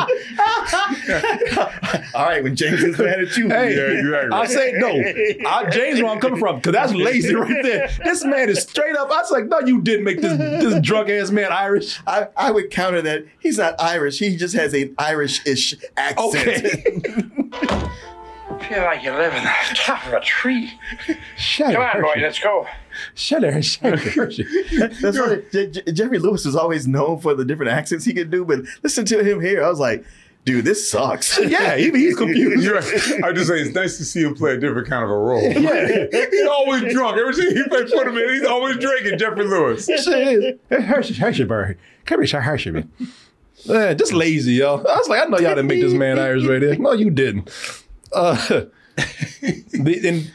All right, when James is mad at you,
Hey,
Yeah, exactly.
I say no. I James where I'm coming from because that's lazy right there. This man is straight up. I was like, no, you didn't make this this drunk ass man Irish.
I, I would counter that he's not Irish. He just has an Irish-ish accent.
Okay.
Feel like you're living on top of a tree.
Shut
Come
it,
on, boy,
Hershey.
let's go.
Shut it, shut it, Hershey.
That's why Je- Je- Jeffrey Lewis is always known for the different accents he could do. But listen to him here, I was like, dude, this sucks.
Yeah, even he's confused.
you're right. I just say it's nice to see him play a different kind of a role. he's always drunk. Every time he plays for the man, he's always drinking. Jeffrey Lewis.
Yes, it is. It's Hershey, Hershey Bird. Come here, Hershey man. Yeah, Uh, just lazy, yo. I was like, I know y'all didn't make this man Irish right there. No, you didn't. Uh, the, and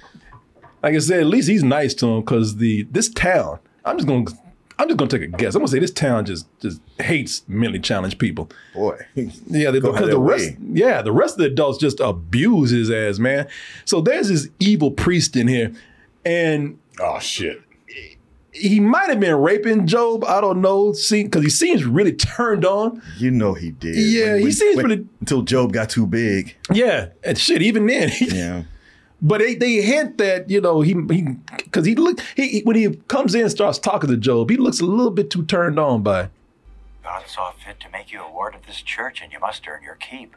like I said, at least he's nice to him because the this town. I'm just gonna. I'm just gonna take a guess. I'm gonna say this town just just hates mentally challenged people.
Boy,
Yeah, they,
Go
because
their
the rest,
way.
yeah, the rest of the adults just abuse his ass, man. So there's this evil priest in here, and
Oh shit.
he might have been raping Job. I don't know, see, because he seems really turned on.
you know he did.
Yeah, he seems pretty-
Until Job got too big.
Yeah, and shit, even then.
Yeah.
but they, they hint that you know he he because he look he he- when he comes in and starts talking to Job, he looks a little bit too turned on by. it.
God saw fit to make you a ward of this church, and you must earn your keep.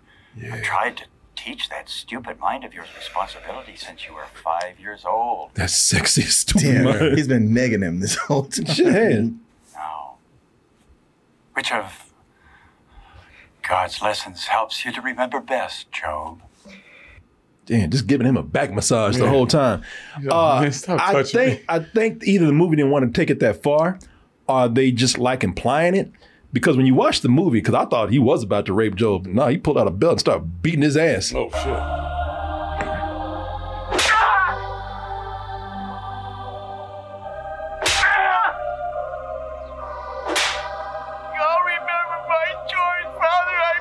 I've tried to teach that stupid mind of yours responsibility since you were five years old.
That's sexy, stupid.
Damn,
man.
he's been negging him this whole time.
Shit, hey,
Now, which of God's lessons helps you to remember best, Job?
damn, just giving him a back massage the whole time. Uh,
man, stop
I
touching
think I think either the movie didn't want to take it that far, or they just like implying it. Because when you watch the movie, because I thought he was about to rape Job, no, he pulled out a belt and started beating his ass.
Oh shit.
I'll remember my choice, Father, I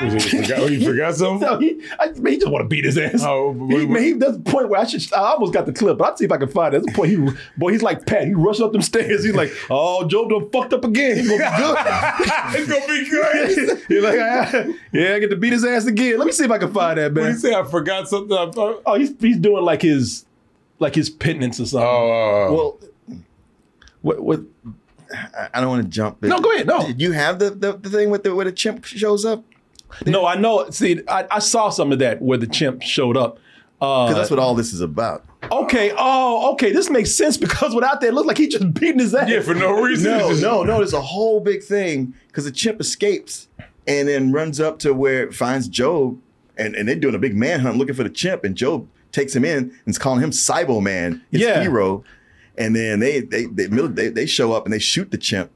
promise.
Was it- you forgot, oh, you forgot something?
No, he, I, man, he just want to beat his ass.
Oh,
he,
but we-
man, he, that's the point where I should. I almost got the clip, but I'll see if I can find it. That's the point. He, boy, he's like Pat. He rushed up them stairs. He's like, "Oh, Job done fucked up again. He's gonna
Ah, it's gonna be good.
be good." he's like, "Ah, "Yeah, I get to beat his ass again." Let me see if I can find that,
When you
man.
say I forgot something, I thought.
Oh, he's he's doing like his like his penance or something.
Oh,
Well,
what what?
I- I don't want to jump. but-
No, go ahead, no.
Did you have the, the, the thing with the where the chimp shows up?
No, I know. See, I, I saw some of that where the chimp showed up.
Because that's what all this is about.
Okay. Oh, okay. This makes sense because without that, it looked like he just beating his ass.
No, no, no. There's a whole big thing because the chimp escapes and then runs up to where it finds Job, and, and they're doing a big manhunt looking for the chimp, and Job takes him in and is calling him Cybo Man, his
Yeah.
hero. And then they they, they they they show up and they shoot the chimp,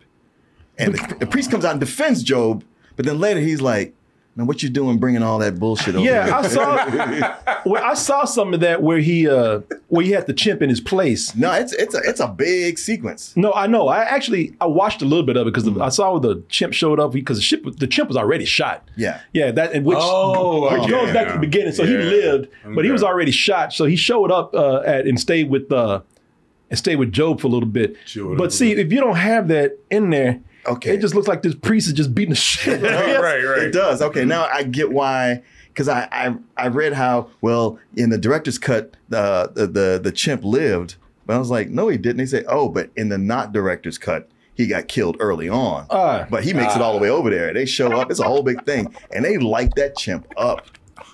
and the, the priest comes out and defends Job, but then later he's like, "Man, what you doing, bringing all that bullshit over?" here?"
Yeah, I saw. well, I saw some of that where he uh where he had the chimp in his place.
No, it's it's a it's a big sequence.
No, I know. I actually I watched a little bit of it because
Mm-hmm.
I saw the chimp showed up because the chimp the chimp was already shot.
Yeah.
Yeah, that and which
Oh,
which
okay.
goes back to the beginning. So he
Yeah.
lived, but he was already shot. So he showed up uh, at and stayed with uh and stayed with Job for a little bit.
Sure.
But see, if you don't have that in there,
okay,
it just looks like this priest is just beating the shit. out of him.
right, right. It does. Okay, now I get why. Because I, I I read how well in the director's cut uh, the the the chimp lived, but I was like, no, he didn't. They say, oh, but in the not director's cut, he got killed early on.
Ah.
but he makes it all the way over there. They show up. It's a whole big thing, and they light that chimp up.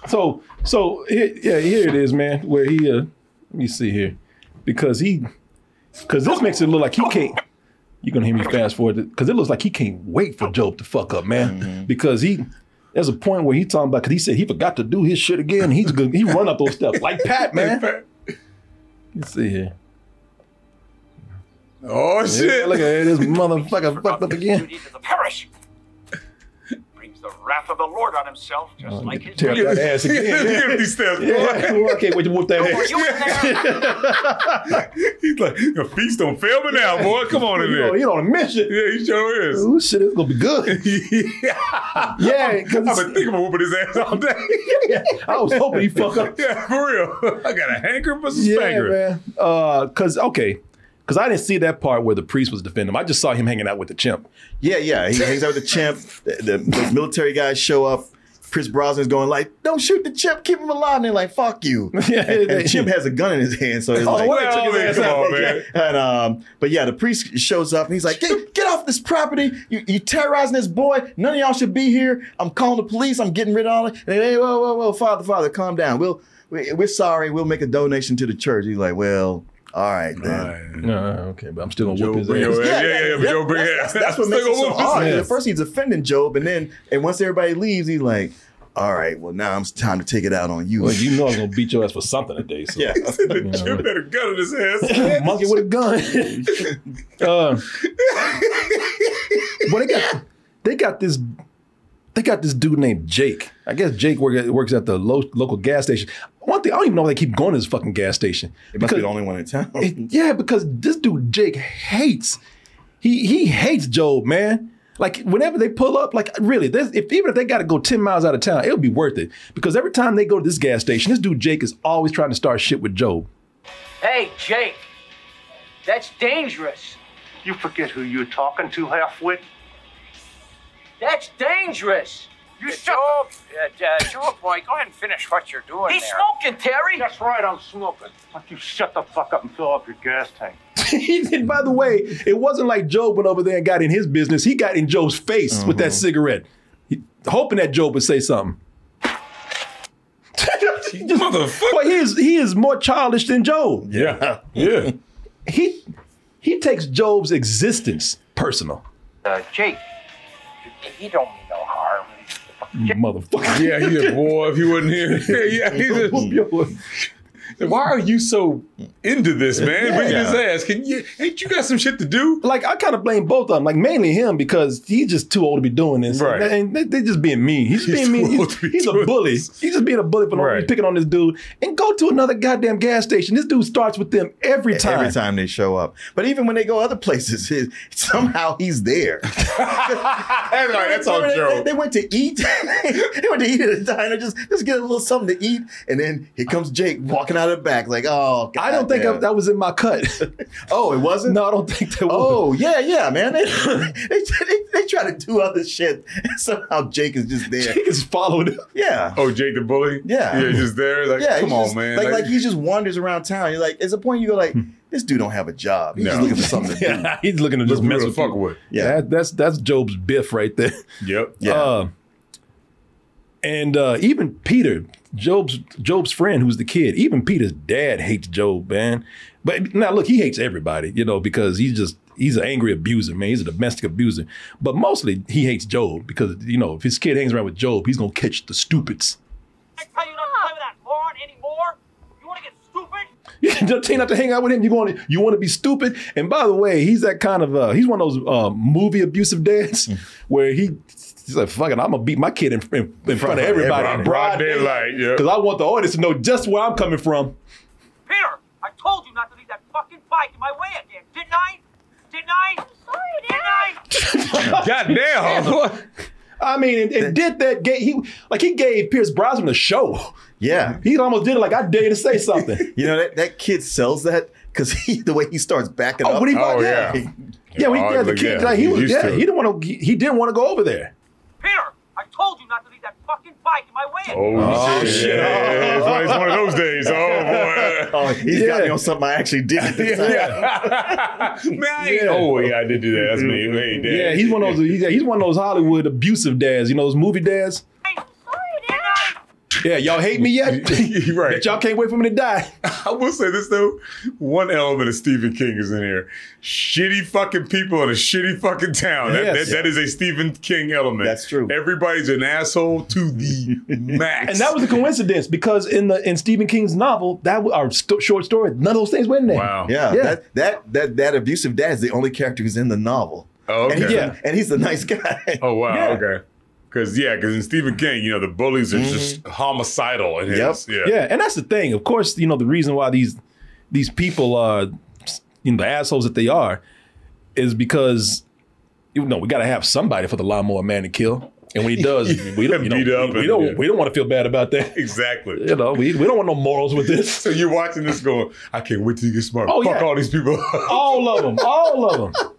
So so here, yeah, here it is, man. Where he uh, let me see here, because he because this makes it look like he can't. You're gonna hear me fast forward because it looks like he can't wait for Job to fuck up, man. Because he there's a point where he talking about because he said he forgot to do his shit again. He's good. He run up those steps like Pat, man. Let's see here.
Oh
Yeah,
shit!
Look at it, this motherfucker fucked up again.
duty to the parish. Brings the wrath of the Lord on himself, just
Oh,
like
get
his.
to tear up that ass again.
Give him these steps, boy.
Yeah, boy, I can't wait to whoop that ass.
He's like, your feast don't fail me now, boy. Come on in
You
there.
on- you on a mission.
Yeah, he sure is.
Oh shit, it's gonna be good. yeah,
I've been thinking about whooping his ass all day.
I was hoping he fuck up.
Yeah, for real. I got a hanker for some
yeah,
spanker.
man. Uh, cause okay, cause I didn't see that part where the priest was defending him. I just saw him hanging out with the chimp.
Yeah, yeah. He hangs out with the chimp. The, the, the military guys show up. Chris Brosnan's going like, "Don't shoot the chimp. Keep him alive." And they're like, "Fuck you."
Yeah.
and the chimp has a gun in his hand, so he's
Oh,
like,
well,
"Check his
man,
ass
come
out."
on, man.
And um, but yeah, the priest shows up and he's like, "Get, get off this property. You, you terrorizing this boy. None of y'all should be here. I'm calling the police. I'm getting rid of all it." And they, "Hey, whoa, whoa, whoa, father, father, calm down. We'll, we, we're sorry. We'll make a donation to the church." He's like, "Well, all right then."
Uh, okay, but I'm still gonna
Joe, eh?
whoop his
bring your
ass.
ass. Yeah, yeah, yeah, but Joe, bring your
that's,
ass.
that's what
Still
makes it
gonna
so
whoop his
hard. 'cause
ass.
At first, he's offending Job, and then and once everybody leaves, he's like, "All right, well now it's time to take it out on you."
Well, you know I'm gonna beat your ass for something today. So.
yeah,
the chimp had a gun in his ass.
Monkey with a gun. uh, but they got they got this they got this dude named Jake. I guess Jake work at, works at the lo- local gas station. One thing I don't even know why they keep going to this fucking gas station.
it must be
Because-
the only one in town.
It- yeah, because this dude Jake hates. He he hates Job, man. Like whenever they pull up, like really, this, if even if they got to go ten miles out of town, it'll be worth it because every time they go to this gas station, this dude Jake is always trying to start shit with Job.
Hey, Jake, that's dangerous. You forget who you're talking to, halfwit.
That's dangerous. You Joe, uh, uh, Joe boy, go ahead and finish what you're doing
He's
there.
smoking, Terry. That's right, I'm smoking. Why don't you shut the fuck up and fill up your gas tank?
He did- by the way, it wasn't like Job went over there and got in his business. He got in Job's face with that cigarette, He- hoping that Job would say something. Motherfucker. But he is he is more childish than Job.
Yeah, yeah.
He he takes Job's existence personal.
Uh, Jake, he don't mean no harm.
Motherfucker.
Yeah, he's a boy. If he wasn't here, yeah, he's a, Why are you so into this, man? Bringing his
Yeah.
ass. Can you? Ain't you got some shit to do?
Like I kind of blame both of them, like mainly him because he's just too old to be doing this,
Right.
And they, they're just being mean. He's, being mean. He's, he's a bully. He's just being a bully for no reason, picking on this dude. And go to another goddamn gas station. This dude starts with them every time.
Every time they show up, but even when they go other places, it, somehow he's there.
that's all
Remember, they-
Joe.
They, they went to eat. they went to eat at a diner, just just get a little something to eat, and then here comes Jake walking out of the back, like, "Oh,
I don't think I,
goddamn.
that was in my cut.
oh, it wasn't.
No, I don't think that.
Oh, yeah, yeah, man. They, they, they, they try to do other shit. And somehow Jake is just there.
Jake is followed up.
Yeah.
Oh, Jake the bully.
Yeah.
yeah, just there. Like,
yeah,
come
he's
on,
just-
man.
Like, like, he just wanders around town. You're like, it's a point you go like, this dude don't have a job. He's just
No.
looking for something to do.
he's looking to just
Looking
mess
to
with
fuck
people.
with.
Yeah, that, that's that's Job's biff right there.
Yep.
Yeah. and uh, even Peter, Job's Job's friend, who's the kid, even Peter's dad hates Job, man. But now look, he hates everybody, you know, because he's just he's an angry abuser, man. He's a domestic abuser. But mostly he hates Job because you know if his kid hangs around with Job, he's gonna catch the stupids. You don't tell you not to hang out with him. You want to you want to be stupid. And by the way, he's that kind of uh, he's one of those uh, movie abusive dads where he he's like fucking I'm gonna beat my kid in, Mm. in, in front of everybody in broad daylight because I want the audience to know just where I'm coming from.
Peter, I told you not to leave that fucking bike in my way again, didn't I? Didn't I? sorry, Dad.
Goddamn. I mean, and, and did that gave he like he gave Pierce Brosnan a show.
Yeah.
He almost did it like I dare to say something.
You know that, that kid sells that because he the way he starts backing
Oh,
up.
when he bought- Oh, yeah. yeah. Yeah, when he had the kid, like, he was yeah, he didn't want to he, he didn't want to go over there.
I told you not to leave that fucking bike in my way.
Oh, shit.
Yeah, it's, one, it's one of those days. Oh boy.
Oh, he's got me on something I actually did. at the time.
Man, I ain't- Oh yeah, I did do that. That's me. Hey, Dad.
Yeah, he's one of those. He's, he's one of those Hollywood abusive dads. You know those movie dads. Yeah, y'all hate me yet?
right.
But y'all can't wait for me to die.
I will say this though, one element of Stephen King is in here. Shitty fucking people in a shitty fucking town. That-
Yes.
that- that is a Stephen King element. That's true. Everybody's an asshole to the max.
And that was a coincidence because in the in Stephen King's novel, that w- our sto- short story, none of those things went in there.
Oh.
Wow.
Yeah, That, that that that abusive dad is the only character who's in the novel.
Oh,
And he's,
okay.
a- and he's a nice guy.
Oh wow,
Yeah.
okay. Cause yeah, because in Stephen King, you know, the bullies are just homicidal in his.
Yeah.
Yeah.
and that's the thing. Of course, you know the reason why these these people are you know the assholes that they are is because you know we got to have somebody for the lawnmower man to kill. And when he does, we don't you know,
Beat up
we,
and-
don't
yeah.
we don't want to feel bad about that.
Exactly.
You know, we, we don't want no morals with this.
So you're watching this going, I can't wait till you get smart.
Oh,
Fuck
yeah.
all these people.
all of them, all of them,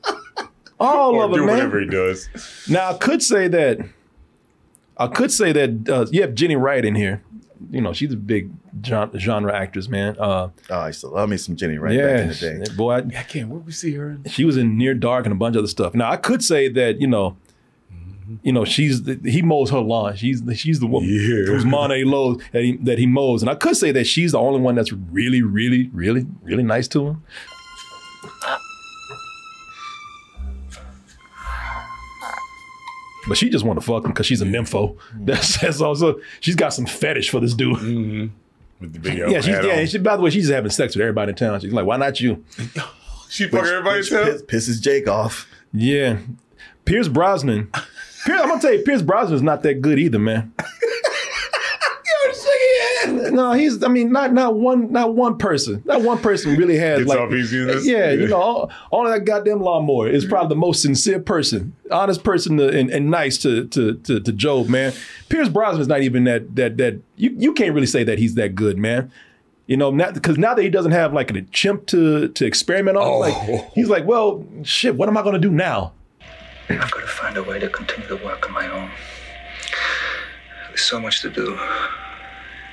all
or
of them,
do
man.
whatever he does.
Now I could say that I could say that uh, you have Jenny Wright in here. You know, she's a big gen- genre actress, man. Uh,
oh, I used to love me some Jenny Wright back in the day.
Boy, I,
I can't. Where we see her in?
she was in Near Dark and a bunch of other stuff. Now I could say that you know, you know she's the, he mows her lawn. She's the, she's the woman who's Monet Lowe that he that he mows. And I could say that she's the only one that's really, really, really, really nice to him. But she just want to fuck him because she's a nympho.
Mm.
That's, that's also she's got some fetish for this dude.
With the Um, big
Yeah, she's yeah. and She, by the way, she's having sex with everybody in town. She's like, why not you?
She fucking everybody
which piss, pisses Jake off.
Yeah. Pierce Brosnan. Pierce, I'm gonna tell you, Pierce Brosnan's not that good either, man. No, he's. I mean, not not one not one person, not one person really has
Gets
like.
off easy in this?
Yeah, you
Yeah.
know, only that goddamn lawnmower is probably the most sincere person, honest person, to, and, and nice to to to, to Job, man. Pierce Brosnan's not even that that that. You you can't really say that he's that good, man. You know, now because now that he doesn't have like an chimp to to experiment on, like he's like, well, shit, what am I gonna do now?
I've got to find a way to continue the work on my own. There's so much to do.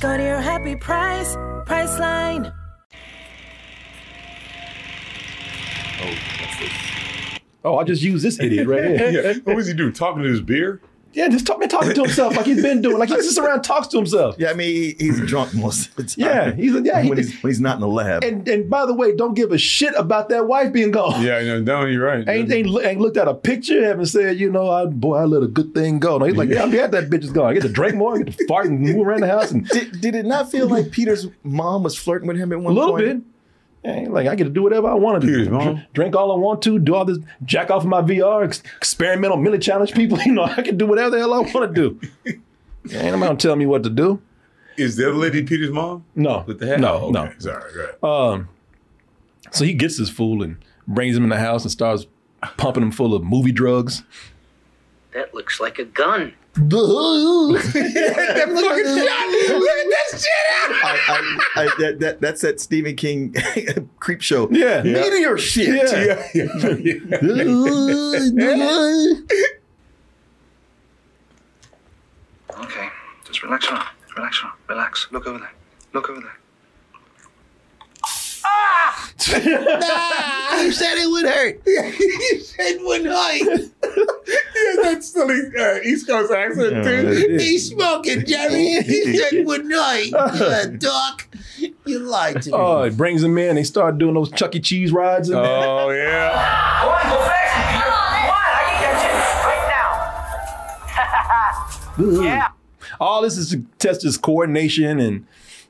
Go to your happy price, Priceline.
Oh, I just use this idiot right here.
yeah. What was he doing? Talking to his beer?
Yeah, just talk, man, talking to himself like he's been doing. Like he sits around and talks to himself.
Yeah, I mean he, he's drunk most of the time.
Yeah, he's yeah.
when he's when he's not in the lab.
And and by the way, don't give a shit about that wife being gone.
Yeah, I know. No, you're right.
Ain't, ain't loo- ain't looked at a picture, haven't said, you know, I, boy, I let a good thing go. No, he's like, yeah, I'm glad that bitch is gone. I get to drink more, I get to fart and move around the house. And
did, did it not feel like Peter's mom was flirting with him at one
A little
point?
bit. Yeah, like I get to do whatever I want to do. Dr- drink all I want to, do all this, jack off my VR, ex- experimental, mentally challenge people. You know, I can do whatever the hell I want to do. Yeah, ain't nobody gonna tell me what to do.
Is the other lady Peter's mom?
No.
With the hat?
No,
Oh, okay.
no.
Sorry, right.
Um, so he gets this fool and brings him in the house and starts pumping him full of movie drugs.
That looks like a gun.
I, I, that, that, that's that Stephen King creep show.
Yeah.
Meteor shit.
Yeah.
Okay, just relax on. Relax on. Relax. Look over there. Look over there.
nah,
you said it would hurt.
you said it would hurt.
yeah, that's still uh, East Coast accent
Yeah,
too.
it is. He's smoking, Jerry. He said it would hurt. Yeah, doc, you lied to me.
Oh, it brings them in. They start doing those Chuck E. Cheese rides. And
oh yeah.
yeah. All this is to test his coordination and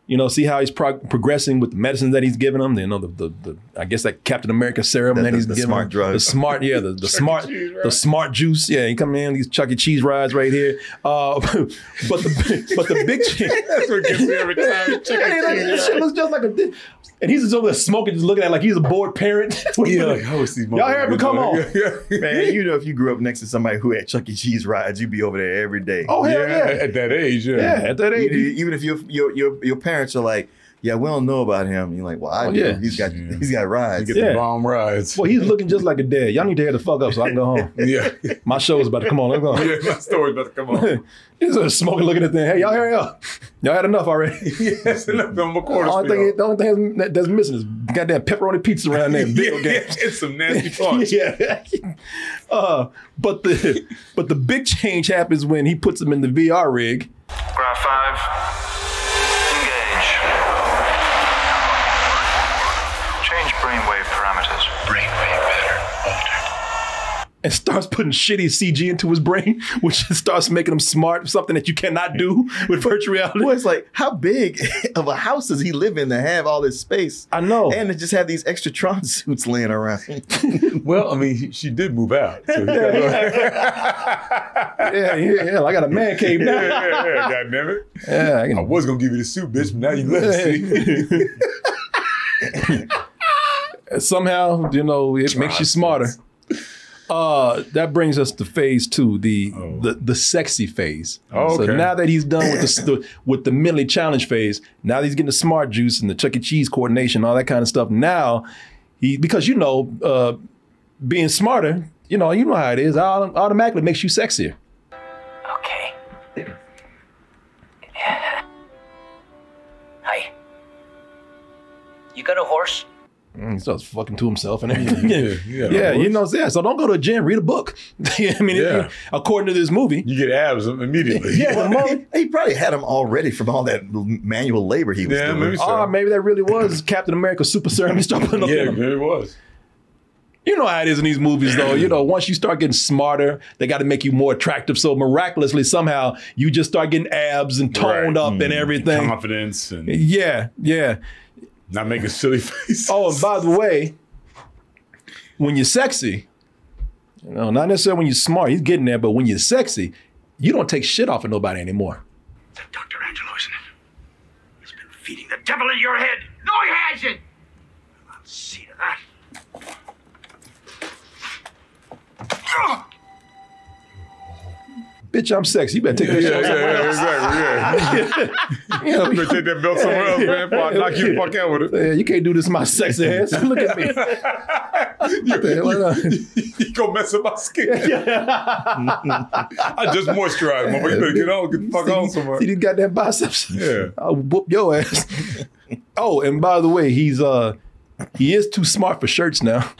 you know see how he's prog- progressing with the medicines that he's giving him. You know the, the, the I guess that Captain America serum
The-
that
the-
he's
the
giving
smart
him.
drug.
the smart yeah the, the smart the smart juice yeah he come in these Chuck E. Cheese rides right here. Uh, but the but the big chick.
That's what gets me every time. Check
Yeah,
it
like, this shit
out.
looks just like a. And he's just over there smoking, just looking at it like he's a bored parent.
Yeah, like, I
always see
Y'all hear him come on.
Man, you know, if you grew up next to somebody who had Chuck E. Cheese rides, you'd be over there every day.
Oh, hell Yeah, yeah.
at that age, yeah.
Yeah, at that age.
You- you- even if your your your, your parents are like, yeah, we don't know about him. You're like, well, I
Oh,
do.
yeah.
He's got he's got rides.
You get the Yeah.
bomb rides.
Well, he's looking just like a dad. Y'all need to hear the fuck up so I can go home.
Yeah.
My show is about to come on. Let's go.
Yeah, my story's about to come on.
He's a smoking looking at thing. Hey, y'all hurry up. Y'all had enough already.
yes, enough. I'm a quarter.
only thing, the only thing that's- that's missing is goddamn pepperoni pizza around there. Big old
yeah,
game.
it's some nasty punch.
yeah. Uh, but the but the big change happens when he puts him in the VR rig.
Graph 5. Engage. Change brainwave parameters. Brainwave pattern.
and starts putting shitty CG into his brain, which starts making him smart, something that you cannot do with virtual reality.
Well, it's like, how big of a house does he live in to have all this space?
I know.
And to just have these extra Tron suits laying around.
well, I mean, she did move out. So
yeah, yeah, yeah. I got a man cave
yeah,
now.
yeah, yeah. God damn it.
Yeah, I
I,
can-
was gonna give you the suit, bitch, but now you left. See?
Somehow, you know, it makes you smarter. Uh, that brings us to phase two, the the, the sexy phase.
Oh,
So
okay.
now that he's done with the, s- the with the mentally challenged phase, now that he's getting the smart juice and the Chuck E. Cheese coordination, all that kind of stuff. Now he because you know, uh, being smarter, you know, you know how it is, autom- automatically makes you sexier.
Okay. Hi. You got a horse?
Mm, He starts fucking to himself and everything.
Yeah,
yeah,
yeah.
you know, yeah. So don't go to a gym, read a book. I mean, it-
Yeah.
according to this movie,
you get abs immediately.
Yeah, the mom-
he, he probably had them already from all that manual labor he was
Yeah,
doing.
maybe so.
Ah, maybe that really was Captain America super serum. He's jumping up
yeah,
in
it
him.
really was.
You know how it is in these movies, though. You know, once you start getting smarter, they got to make you more attractive. So miraculously, somehow, you just start getting abs and toned up
Mm.
and everything.
Confidence and
Yeah, yeah.
not making silly faces.
Oh, and by the way, when you're sexy, you know, not necessarily when you're smart, he's getting there, but when you're sexy, you don't take shit off of nobody anymore.
Dr. Angelo, isn't it? He's been feeding the devil in your head. No, he hasn't. I'll see to that.
Bitch, I'm sexy. You better take
Yeah,
that
yeah,
shit
yeah,
off somewhere
yeah,
else.
exactly. Yeah. I'm gonna take that belt somewhere else, man. Before I knock you the fuck out with it.
Yeah, you can't do this to my sexy ass. Look at me.
You gonna mess up my skin. I just moisturized, my You better get on, get the fuck on somewhere.
See these goddamn biceps?
Yeah.
I'll whoop your ass. oh, and by the way, he's uh he is too smart for shirts now.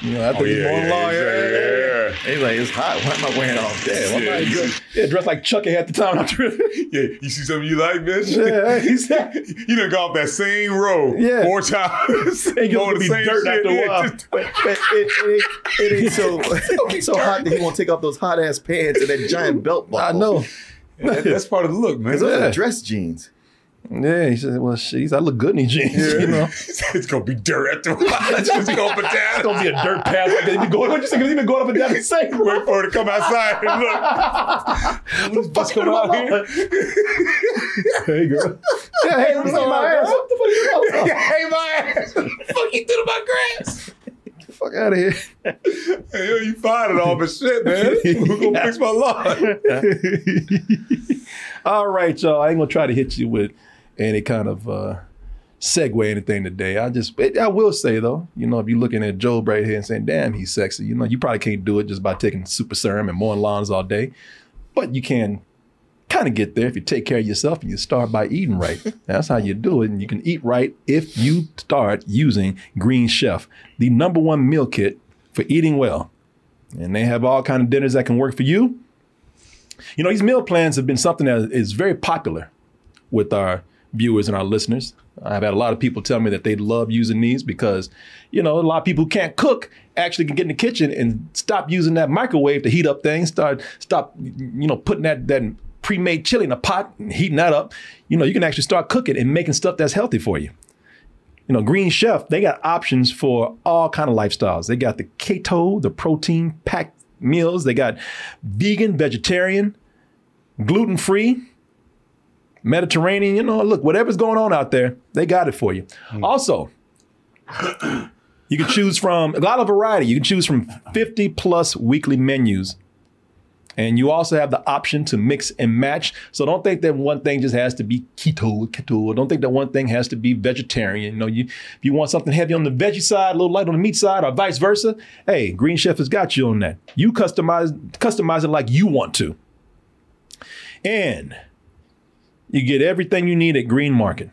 You know, I
Oh,
think he's more long.
yeah,
He's like, it's hot. Why am I wearing all that? Why am I
Yeah, you
dressed-
see-
Yeah, dressed like Chucky at the time.
yeah, you see something you like, bitch?
yeah, he's and
You done got off that same road
Yeah.
four times.
you're
Doing
gonna
the
be
same
dirt
shit.
after a
Yeah,
while.
just-
But, but it, it, ain't, it ain't so so hot that he won't take off those hot ass pants and that giant belt buckle.
I know.
that- that's part of the look, man.
Because those
Yeah.
are dress jeans.
Yeah, he said, "Well, shit, he said, I look good in these jeans." You know,
it's gonna be dirt after a while. It's just going up and down.
it's gonna be a dirt path. Like they been going. What you say? He been going up and down the same. road.
Wait for her to come outside and look.
What the fuck come out here? Hey girl. Yeah, hey, let me see my ass. What the fuck you talking about?
hey, my ass. Fuck you through my grass.
fuck out of here.
Hey, yo, you fired it all, but shit, man. We're gonna fix my lawn.
All right, y'all. I ain't gonna try to hit you with any kind of uh, segue anything today. I just, it, I will say though, you know, if you're looking at Job right here and saying, "Damn, he's sexy," you know, you probably can't do it just by taking super serum and mowing lawns all day, but you can kind of get there if you take care of yourself and you start by eating right. That's how you do it, and you can eat right if you start using Green Chef, the number one meal kit for eating well, and they have all kind of dinners that can work for you. You know, these meal plans have been something that is very popular with our viewers and our listeners. I've had a lot of people tell me that they love using these because, you know, a lot of people who can't cook actually can get in the kitchen and stop using that microwave to heat up things, start stop, you know, putting that that pre-made chili in a pot and heating that up. You know, you can actually start cooking and making stuff that's healthy for you you know green chef they got options for all kind of lifestyles they got the keto the protein packed meals they got vegan vegetarian gluten free mediterranean you know look whatever's going on out there they got it for you also you can choose from a lot of variety you can choose from 50 plus weekly menus and you also have the option to mix and match. So don't think that one thing just has to be keto, keto. Don't think that one thing has to be vegetarian. You know, you if you want something heavy on the veggie side, a little light on the meat side, or vice versa, hey, Green Chef has got you on that. You customize customize it like you want to. And you get everything you need at Green Market.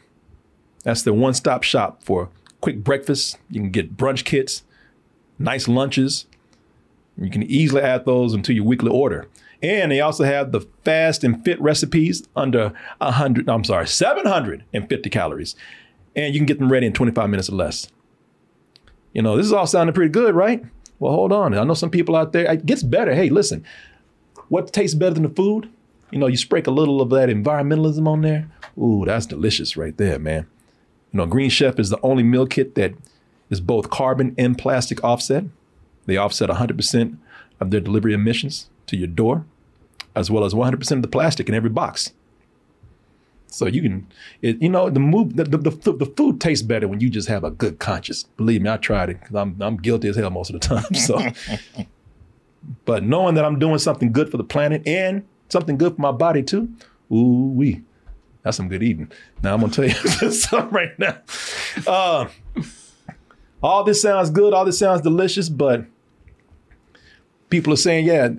That's the one-stop shop for quick breakfast. You can get brunch kits, nice lunches. You can easily add those into your weekly order. And they also have the fast and fit recipes under 100, I'm sorry, 750 calories. And you can get them ready in 25 minutes or less. You know, this is all sounding pretty good, right? Well, hold on. I know some people out there, it gets better. Hey, listen, what tastes better than the food? You know, you sprinkle a little of that environmentalism on there. Ooh, that's delicious right there, man. You know, Green Chef is the only meal kit that is both carbon and plastic offset. They offset 100% of their delivery emissions to your door, as well as 100% of the plastic in every box. So you can, it, you know, the move, the, the, the, the food tastes better when you just have a good conscience. Believe me, I tried it because I'm, I'm guilty as hell most of the time. So, but knowing that I'm doing something good for the planet and something good for my body too, ooh wee, that's some good eating. Now I'm gonna tell you something right now. Uh, all this sounds good, all this sounds delicious, but people are saying, yeah,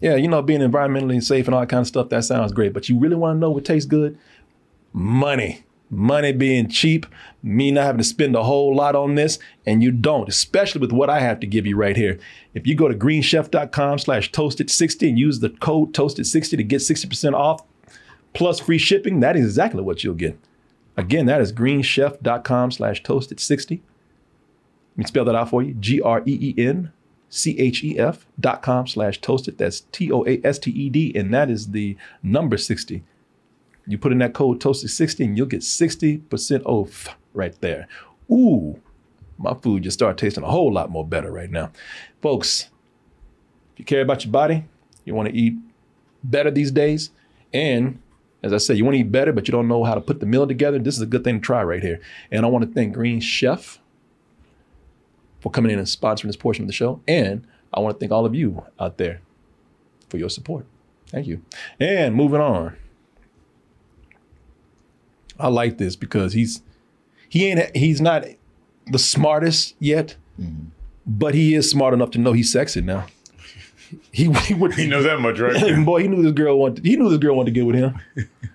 yeah, you know, being environmentally safe and all that kind of stuff, that sounds great. But you really want to know what tastes good? Money. Money being cheap, me not having to spend a whole lot on this, and you don't, especially with what I have to give you right here. If you go to greenchef.com slash toasted60 and use the code toasted60 to get 60% off plus free shipping, that is exactly what you'll get. Again, that is greenchef.com slash toasted60. Let me spell that out for you. G R E E N C H E F dot com slash toasted. That's T O A S T E D. And that is the number 60. You put in that code toasted 60 and you'll get 60% off right there. Ooh, my food just started tasting a whole lot more better right now. Folks, if you care about your body, you want to eat better these days. And as I said, you want to eat better, but you don't know how to put the meal together. This is a good thing to try right here. And I want to thank Green Chef for coming in and sponsoring this portion of the show. And I want to thank all of you out there for your support. Thank you. And moving on. I like this because he's he ain't he's not the smartest yet, but he is smart enough to know he's sexy now. He, he would
He knows that much, right?
boy, he knew this girl wanted he knew this girl wanted to get with him.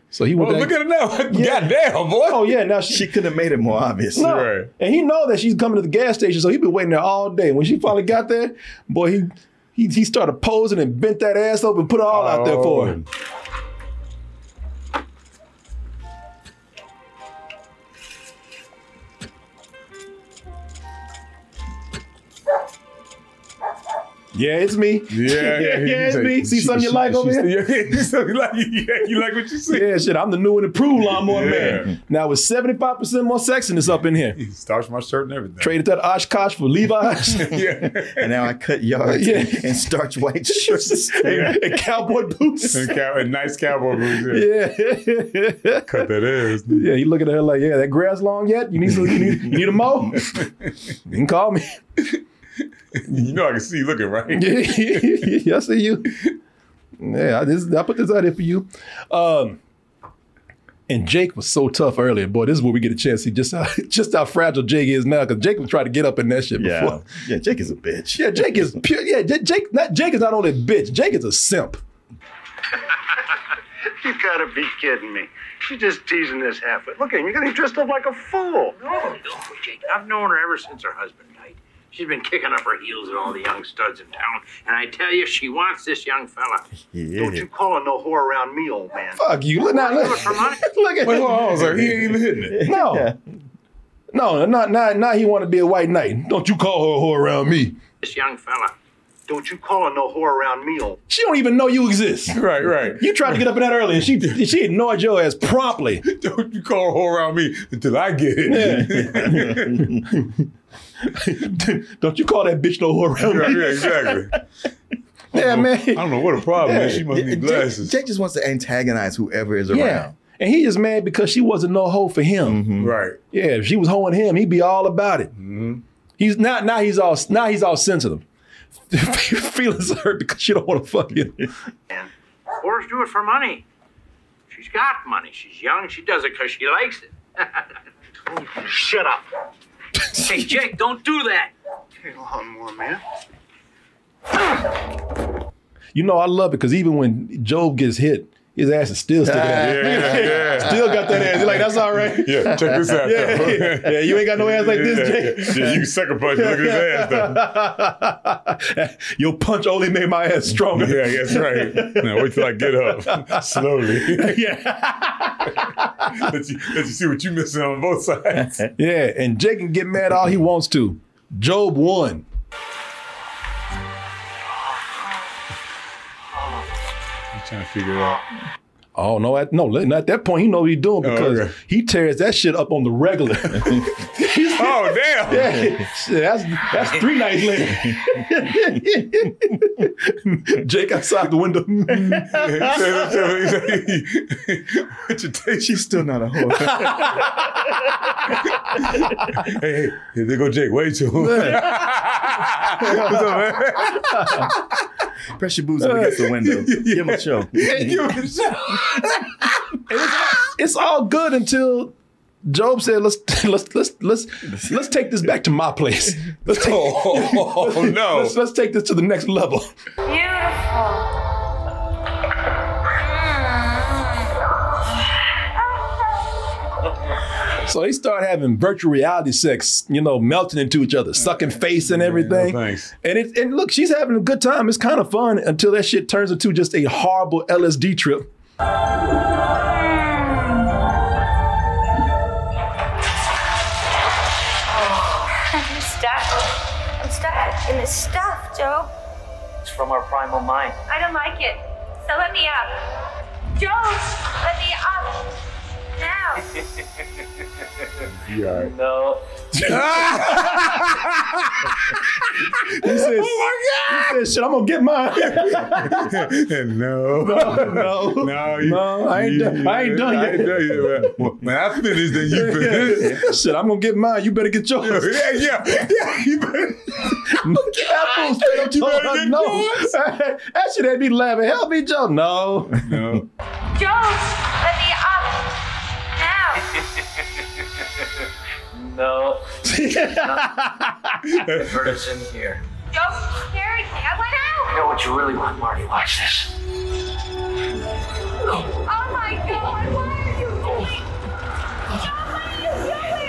So he
Well,
went
Oh, look at it now. Goddamn, boy.
Oh yeah, now she,
could have made it more obvious.
No. And he know that she's coming to the gas station, so he been waiting there all day. When she finally got there, boy, he he, he started posing and bent that ass up and put it all out there for
Oh.
her. Yeah, it's me.
Yeah,
yeah, it's me. See something you like over here?
Yeah, something you like. Yeah, you like what you see.
Yeah, shit. I'm the new and improved lawnmower
Yeah.
man. Now with 75% more sexiness up in here.
Starch my shirt and everything.
Traded that Oshkosh for Levi's.
And now I cut yards
Yeah.
and, and starch white shirts.
and, and cowboy boots.
And, cow- and nice cowboy boots. Yeah.
Yeah.
Cut that ass.
yeah, you looking at her like, yeah, that grass long yet? You need, some, you need, you need a mow? you can call me.
you know I can see you looking, right?
yeah, I see you. Yeah, I, this, I put this out there for you. Um, and Jake was so tough earlier. Boy, this is where we get a chance to see just how, just how fragile Jake is now. Because Jake was trying to get up in that shit
Yeah.
before.
Yeah, Jake is a bitch.
Yeah, Jake is pure. Yeah, J- Jake. Not, Jake is not only a bitch. Jake is a simp.
You gotta be kidding me. She's just teasing this halfwit. Look at him, you got him dressed up like a fool.
No, no, Jake. I've known her ever since her husband died. She's been kicking up her heels at all the young studs in town, and I tell you, she wants this young fella.
Don't you call her no whore around me, old man.
Fuck you. Look, now, look, look at
Wait, hold on, sir. He
ain't even hitting it.
No. No, not not now he want to be a white knight. Don't you call her a whore around me.
This young fella. Don't you call her no whore around me, old
She don't even know you exist.
Right, right.
You tried to get up in that early and she she ignored your ass promptly.
Don't you call her around me until I get
it. don't you call that bitch no whore around
Yeah,
me.
yeah, exactly.
yeah, man. I
don't know what the problem is. She must
Yeah,
need
Jake-
glasses.
Jake just wants to antagonize whoever is
Yeah.
around.
And he just mad because she wasn't no hoe for him.
Right.
Yeah, if she was hoeing him, he'd be all about it.
Mm-hmm.
He's not now he's all now he's all sensitive. Feelings hurt because she don't want to fuck you.
Whores do it for money. She's got money. She's young. She does it because she likes it. Shut up. hey, Jake, don't do that. Hey, lawnmower man.
You know, I love it because even when Job gets hit, his ass is still sticking out.
Yeah, yeah, yeah.
Still got that ass. You're like, that's all right.
Yeah, check this out,
Yeah,
though.
yeah, yeah, you ain't got no ass like this,
Yeah,
Jake.
yeah, you can sucker punch. Look at his ass,
Your punch only made my ass stronger.
Yeah, that's right. Now wait till I get up slowly.
yeah.
let, you, let you see what you missing on both sides.
Yeah, and Jake can get mad all he wants to. Job won.
I'm trying to figure it out.
Oh no! At, no, not at that point, he know what he's doing because
Oh, okay.
he tears that shit up on the regular.
oh damn!
Yeah, shit, that's that's three nights later. Jake outside the window.
what you take?
She's still not a whore.
hey, hey, here they go, Jake. Wait till him. What's up, man?
Press your booze up against the window. Give him a show.
it's all good until Job said, "Let's let's let's let's let's take this back to my place. Let's take,
oh no!
Let's, let's take this to the next level."
Beautiful.
So they start having virtual reality sex, you know, melting into each other, sucking face and everything.
thanks.
And it and look, she's having a good time. It's kind of fun until that shit turns into just a horrible LSD trip.
I'm stuck. I'm stuck in this stuff, Job.
It's from our primal mind.
I don't like it. So let me up. Job, let me up. Now.
No.
He says, oh my god! He says, shit, I'm gonna get mine.
no.
No, no.
no, you-
No, I ain't done- I ain't done
I ain't
yet.
done yet. man. When I finish, then you finish.
shit, I'm gonna get mine. You better get yours.
Yeah, yeah, yeah. You better,
that fool straight up told her no. that shit had me laughing. Help me, Joe. No.
No.
No.
Job, let me up. Now.
The verdict's in here.
Job carried me. I went out.
You know what you really want, Marty? Watch this.
Oh my God! Why are you doing? Job, what are you doing?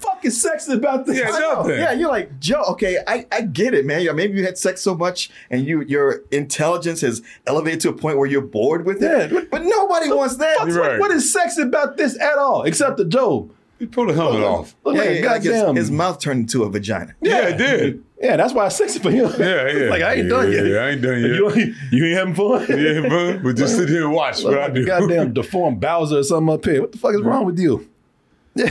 fucking sex about this.
Yeah,
nothing.
Yeah, you're like Joe. Okay, I, I get it, man. Yeah, Maybe you had sex so much and you your intelligence has elevated to a point where you're bored with it.
Yeah.
But, but nobody wants that.
What's-
You're right.
What is sex about this at all? Except the Job.
You pull the helmet off.
Look like a
his-
goddamn-
his, mouth turned into a vagina.
Yeah, it did.
Yeah, that's why it's sexy for him.
Yeah, yeah.
like I ain't done
Yeah,
yet.
I ain't done yet.
You, ain't- you ain't having fun.
yeah, but, but just sit here and watch
Look
what I
like a
do.
goddamn deformed Bowser or something up here. What the fuck is wrong with you?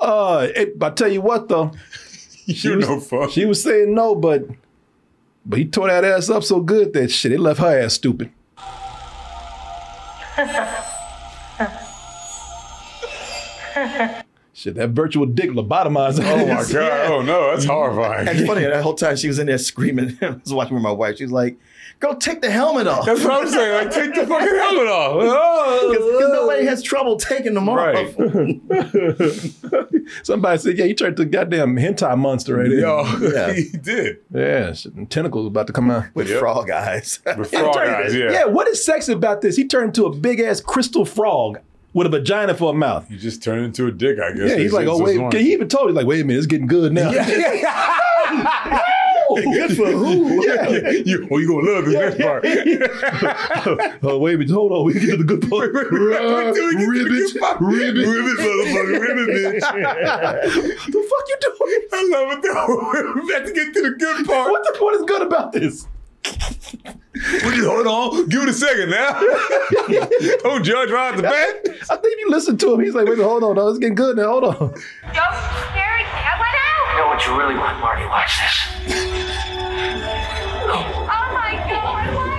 uh, it, I tell you what though, she
You're
was,
no fun.
She was saying no, but but he tore that ass up so good that shit, it left her ass stupid. Shit, that virtual dick lobotomized.
Oh my God. Oh no, that's horrifying.
That's funny. That whole time she was in there screaming. I was watching with my wife. She was like, "Girl, take the helmet off."
That's what I'm saying. Like, take the fucking helmet off. Oh.
Because nobody has trouble taking them off.
Right. Somebody said, "Yeah, he turned the goddamn hentai monster right
Yo,
there."
he did.
Yeah, shit, and tentacles about to come out
with frog eyes.
With frog eyes, yeah.
yeah, what is sexy about this? He turned into a big ass crystal frog with a vagina for a mouth.
You just turned into a dick, I guess.
Yeah, he's like, oh wait, he even told you like, wait a minute, it's getting good now.
Good for who?
Yeah. you, oh, you gonna love this next part.
Oh wait a minute, hold on, we can get to the good part. Ribbit, ribbit,
Ribbit, motherfucker, ribbit, bitch.
the fuck you doing?
I love it though. We're about to get to the good part.
What the what is good about this?
We just hold on. Give it a second now. Don't judge right off the bat.
I think you listen to him. He's like, wait, a minute, hold on, no, it's getting good now. Hold on.
Don't scare me. I went out.
You know what you really want, Marty? Watch this.
Oh my God! Why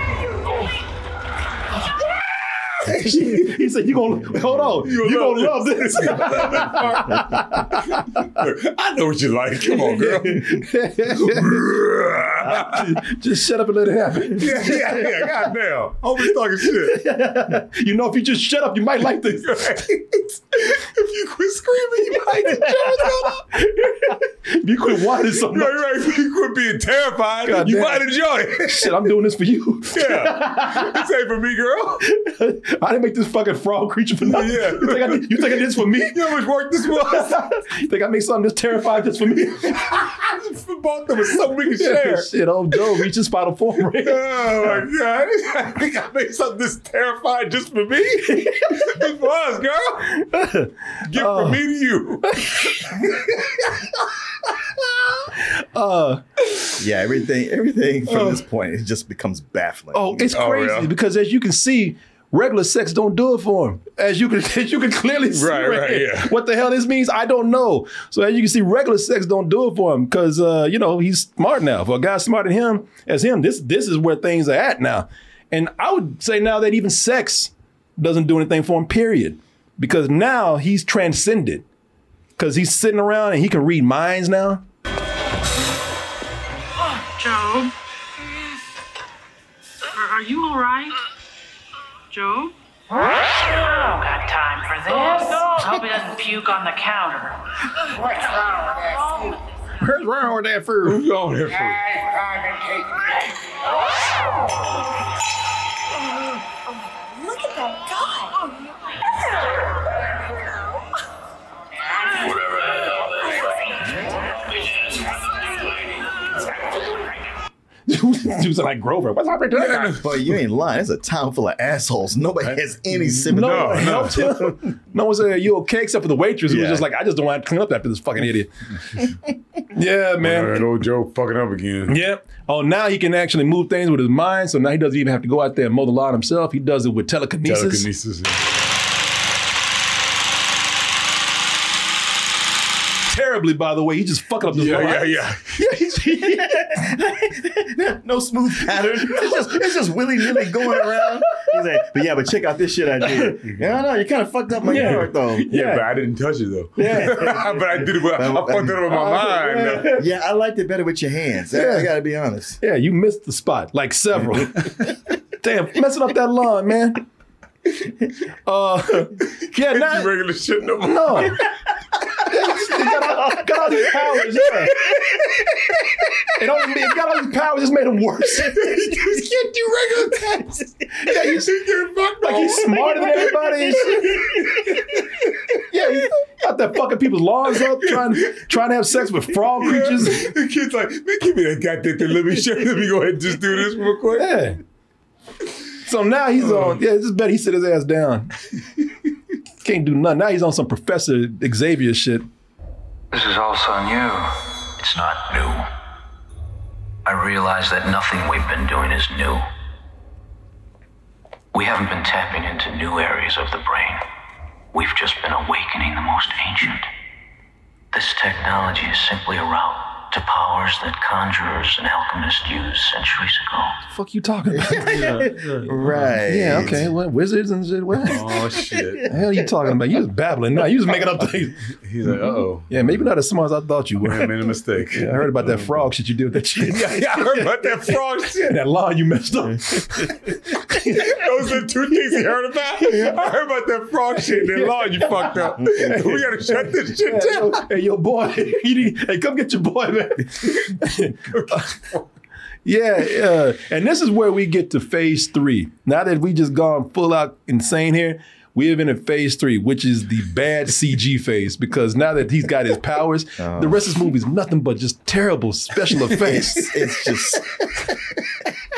are you doing?
he said, you gonna hold on, you
gonna
gonna
love
love this.
I know what you like. Come on, girl.
just shut up and let it happen.
yeah, yeah, yeah. Goddamn. Always talking shit.
you know, if you just shut up, you might like this.
if you quit screaming, you might get yours going up.
If you quit whining so
Right,
much,
right. If you quit being terrified,
God
you
damn.
might enjoy it.
shit, I'm doing this for you.
yeah. This ain't for me, girl.
I didn't make this fucking frog creature for nothing.
Yeah.
You, think I, did- you think I did this for me?
You know how much work this was?
you think I made something this terrifying just for me?
I just bought them with so we can share.
Shit, old Joe reaches spinal form ring.
Oh my god! I think I made something this terrifying just for me. it was, girl. Gift
Oh.
from me to you.
Uh,
Yeah, everything, everything from this point, it just becomes baffling.
Oh, it's
Oh,
crazy
yeah.
because as you can see, regular sex don't do it for him. As you can as you can clearly see
Right, right,
here.
yeah.
what the hell this means, I don't know. So as you can see, regular sex don't do it for him because uh, you know he's smart now. For a guy smart than him as him, this this is where things are at now. And I would say now that even sex doesn't do anything for him. Period. Because now he's transcended. Because he's sitting around and he can read minds now.
Job? Uh, Are, are you all right? Job?
I don't got time for this. Hope he doesn't puke on the counter.
What's wrong with
What's wrong with that food?
Who's going here for?
Look at that guy.
Dude's like Grover. What's happening to that guy?
But you ain't lying. It's a town full of assholes. Nobody has any sympathy.
No,
No,
one helped him. No one said, Are you okay? Except for the waitress who was
Yeah.
just like, I just don't want to clean up after this fucking idiot. yeah,
Man,
man.
that old Joe fucking up again.
Yep. Oh, now he can actually move things with his mind. So now he doesn't even have to go out there and mow the lawn himself. He does it with telekinesis.
Telekinesis.
Terribly, by the way. He's just fucking up this
Yeah,
lawn.
yeah, yeah.
Yeah, he's-
no smooth pattern. It's just it's just willy nilly going around. He's like, but yeah, but check out this shit I did. Yeah, no, you kind of fucked up my
Yeah.
yard though.
Yeah, but I didn't touch it though. Yeah, but I did it. With, I fucked it up with my mind. though.
Uh, Yeah, I liked it better with your hands. I- I gotta be honest.
yeah, you missed the spot, like several. Damn, messing up that lawn, man. Uh, yeah,
Can't
now,
do regular shit no more.
No. They got, all, got all these powers, yeah. It only made, got all these powers, just made him worse.
just can't do regular tests. Yeah, you see, you're fucked
Like he's smarter than everybody. and shit. yeah, he's out there fucking people's lawns up, trying trying to have sex with frog creatures.
The kid's like, man, give me that goddamn thing. Let me show Let me go ahead and just do this real quick.
Yeah. So now he's on.
Um.
Yeah, it's just better he sit his ass down. Can't do nothing. Now he's on some Professor Xavier shit.
This is also new. It's not new. I realize that nothing we've been doing is new. We haven't been tapping into new areas of the brain. We've just been awakening the most ancient. This technology is simply a route
to powers that conjurers and alchemists used centuries ago.
fuck you talking about?
Right.
Yeah, okay. What wizards and shit? What?
Oh shit.
The hell you talking about? You just babbling. No, you just making up things.
He's like, uh-oh.
Yeah, maybe not as smart as I thought you
I
were.
made a mistake.
Yeah, I heard about that frog shit you did with that shit.
Yeah, yeah, I heard about that frog shit.
that law you messed up.
Those are the two things he heard about. I heard about that frog shit and that law you fucked up. we gotta shut this shit down.
Hey, yo, boy. You need, hey, come get your boy, man. yeah, yeah. And this is where we get to phase three. Now that we just gone full out insane here, we have been in phase three, which is the bad CG phase. Because now that he's got his powers,
Oh.
the rest of this movie is nothing but just terrible special effects.
it's just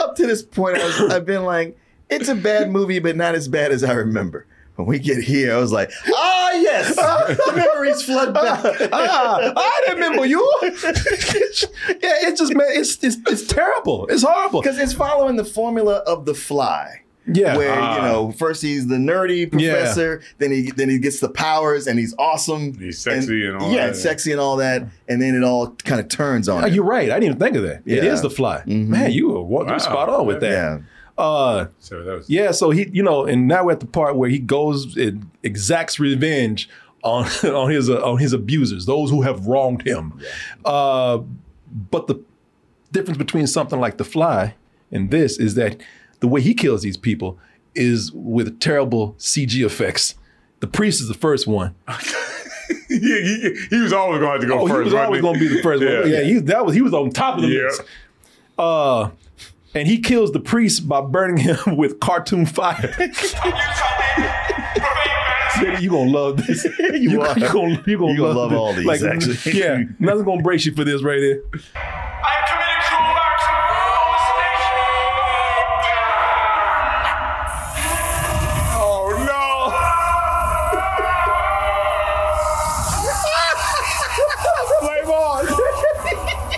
up to this point, I was, I've been like, it's a bad movie, but not as bad as I remember. When we get here, I was like, ah, yes, ah, the memories flood back.
ah, I remember you. yeah, it's just man, it's it's, it's terrible. It's horrible.
Because it's following the formula of the fly.
Yeah.
Where,
Ah.
you
Uh-huh.
know, first he's the nerdy professor, then he then he gets the powers and he's awesome.
He's sexy and all
Yeah,
that.
and sexy and all that. And then it all kind of turns on.
Oh,
him.
you're right. I didn't even think of that. It
Yeah. Mm-hmm.
is the fly. Man, you were, wa- you
Wow.
were spot on with that.
Yeah.
Uh,
So that was
yeah, so he, you know, and now we're at the part where he goes and exacts revenge on on his uh, on his abusers, those who have wronged him. Uh, but the difference between something like The Fly and this is that the way he kills these people is with terrible CG effects. The priest is the first one.
he, he, he was always gonna have to go
oh,
first.
he was
wasn't
always going to be the first one. Yeah, he, that was he was on top of the
Yeah.
list. Uh, and he kills the priest by burning him with cartoon fire. Daddy, you gonna love this. You, you
are.
gonna you gonna,
You gonna love
this.
all these, actually.
yeah, nothing's gonna break you for this right here.
Flame on!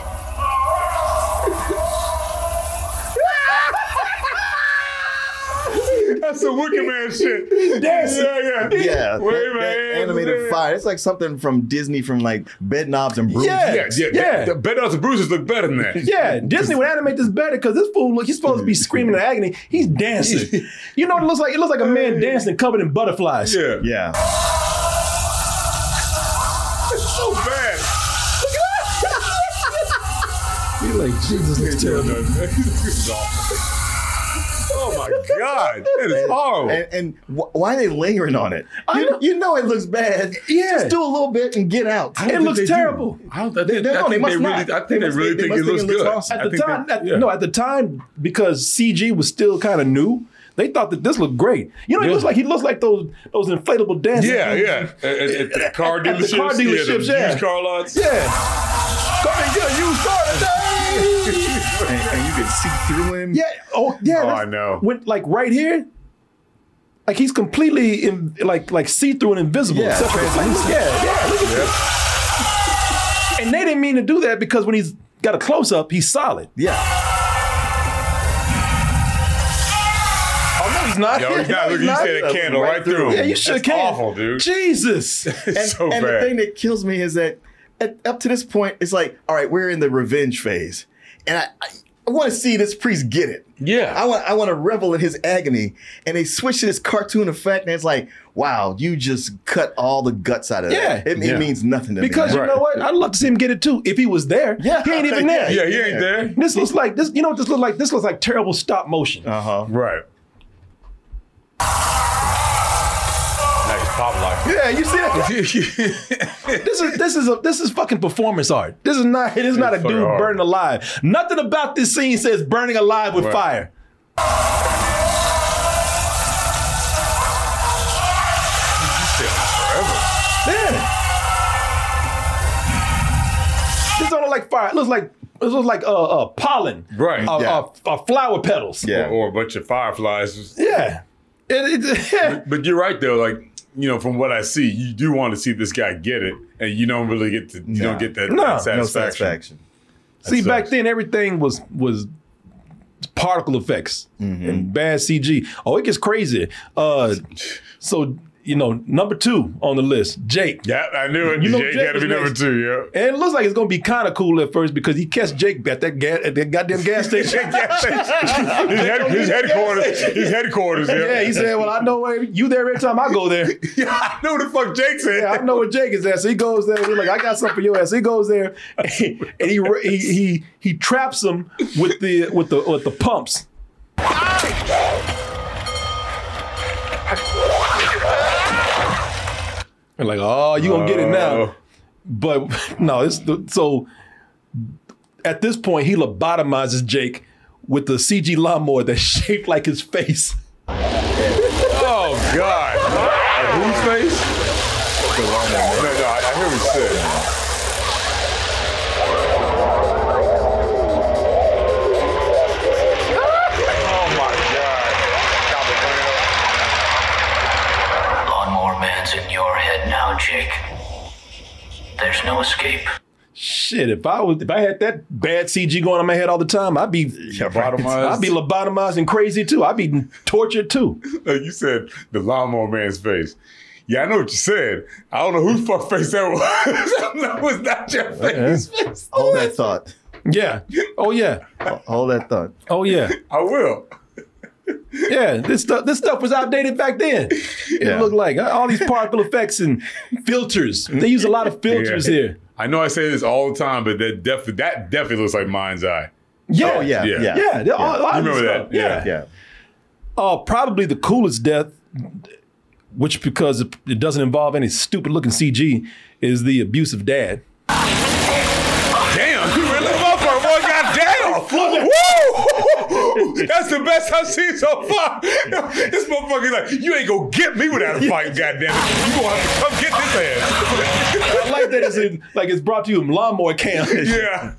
That's some Wicked Man shit.
Yes.
Yeah, yeah.
Yeah,
Wait,
that- that
man.
animated fire. It's like something from Disney from like Bed Knobs and Bruises.
Yeah,
Yeah, yeah.
Yeah.
The, the Bed Knobs and Bruises look better than that.
Yeah, Disney would animate this better because this fool look he's supposed to
Mm.
be screaming in agony. He's dancing. You know what it looks like? It looks like a man dancing covered in butterflies.
Yeah.
Yeah.
It's so bad.
You're like, Jesus, this is terrible.
this is awful. Oh my God. That is horrible.
And, and wh- why are they lingering on it? You, know. you know it looks bad.
Yeah.
Just do a little bit and get out.
I don't
It
think
looks
they do.
terrible.
I don't. I
They-
think,
they-
I
no,
think
they must
really,
not.
I think
They
they,
must-
really
they
think
must
it
think
looks
it looks
good.
awesome.
I
at the
think
time,
They,
at-
yeah.
no, at the time because CG was still kind of new. They thought that this looked great. You know, he looks like he looks like those those inflatable dancing.
Yeah,
dudes.
yeah. At, at- at the car
At the
dealerships,
car
yeah,
dealerships,
the
yeah.
used car lots.
yeah. Come and get a used car today.
And, and you can see through him.
yeah, oh yeah.
Oh,
that's-
I know.
When like right here, like he's completely in, like like see through and invisible.
Yeah,
Except for-
translucent.
yeah, yeah. Look at this. And they didn't mean to do that because when he's got a close up, he's solid.
Yeah.
Oh no, he's not.
Yo, he's
No,
not looking. You said a candle right, through. him.
Yeah, you should
That's
can.
Awful, dude.
Jesus.
It's
And,
so
and
bad.
the thing that kills me is that at, up to this point, it's like, all right, we're in the revenge phase. And I, I, I want to see this priest get it.
yeah.
I want I want to revel in his agony. And they switch to this cartoon effect, and it's like, wow, you just cut all the guts out of
Yeah.
that. It, it
Yeah.
means nothing to
Because
me.
you know what? I'd love to see him get it too. If he was there,
Yeah.
he ain't even there.
yeah, he ain't there.
This looks like this. You know what this looks like? This looks like terrible stop motion.
Uh huh.
Right. Nice pop lock.
yeah, you see that? This is this is a this is fucking performance art. This is not it is not a
It's fucking
dude
hard.
burning alive. Nothing about this scene says burning alive with
Right.
fire. Yeah. This don't look like fire. It looks like it looks like uh, uh pollen.
Right.
Uh,
Yeah.
uh, uh, flower petals.
Yeah.
Or, or a bunch of fireflies.
Yeah. It, it,
But you're right though. Like you know, from what I see, you do want to see this guy get it, and you don't really get to. You don't
No.
get that,
No.
that
No
satisfaction.
satisfaction.
See,
That
back
sucks.
then everything was was particle effects and bad CG. Oh, it gets crazy. Uh, so you know, number two on the list, Jake.
Yeah, I knew it. Jake had to
was
be number
next.
two, yeah.
And it looks like it's gonna be kind of cool at first because he catch Jake at that gas at that goddamn gas station.
Gas station. His head- his headquarters- his headquarters, yeah.
Yeah. he said, "Well, I know where you there every time I go there. yeah, I
know where the fuck Jake's at.
I know where Jake is at. So he goes there. We're like, I got something for your ass. He goes there, and he he he, he, he traps him with the with the with the pumps. And like, oh, you gonna get it now. But no, it's the, so at this point he lobotomizes Jake with the CG lawnmower that's shaped like his face.
Oh God! At whose face? The lawnmower. No, no, I, I hear what you said. Oh my God!
Lawnmower man's in your head now, Jake. There's no escape.
Shit, if I was if I had that bad CG going on in my head all the time, I'd be
Lobotomized.
I'd be lobotomized and crazy too. I'd be tortured too.
No, you said the lawnmower man's face. Yeah, I know what you said. I don't know whose fuck face that was. that was not your face.
All that thought.
Yeah. Oh yeah.
All that thought.
Oh yeah.
I will.
Yeah, this stuff this stuff was outdated back then. It
Yeah.
looked like uh, all these particle effects and filters. They use a lot of filters
Yeah.
here.
I know I say this all the time, but that definitely that definitely looks like Mind's Eye.
Yeah. Oh, yeah, yeah. Yeah, they're all- a lot
you
of
remember
this
that?
stuff. Yeah. Uh, probably the coolest death, which because it it doesn't involve any stupid looking CG, is the abusive dad.
Damn, you really motherfucker, boy, goddamn. Woo! That's the best I've seen so far. This motherfucker like, you ain't gonna get me without a fight, goddamn it. You gonna have to come get this ass.
I like that it's in, like it's brought to you in lawnmower camp.
yeah.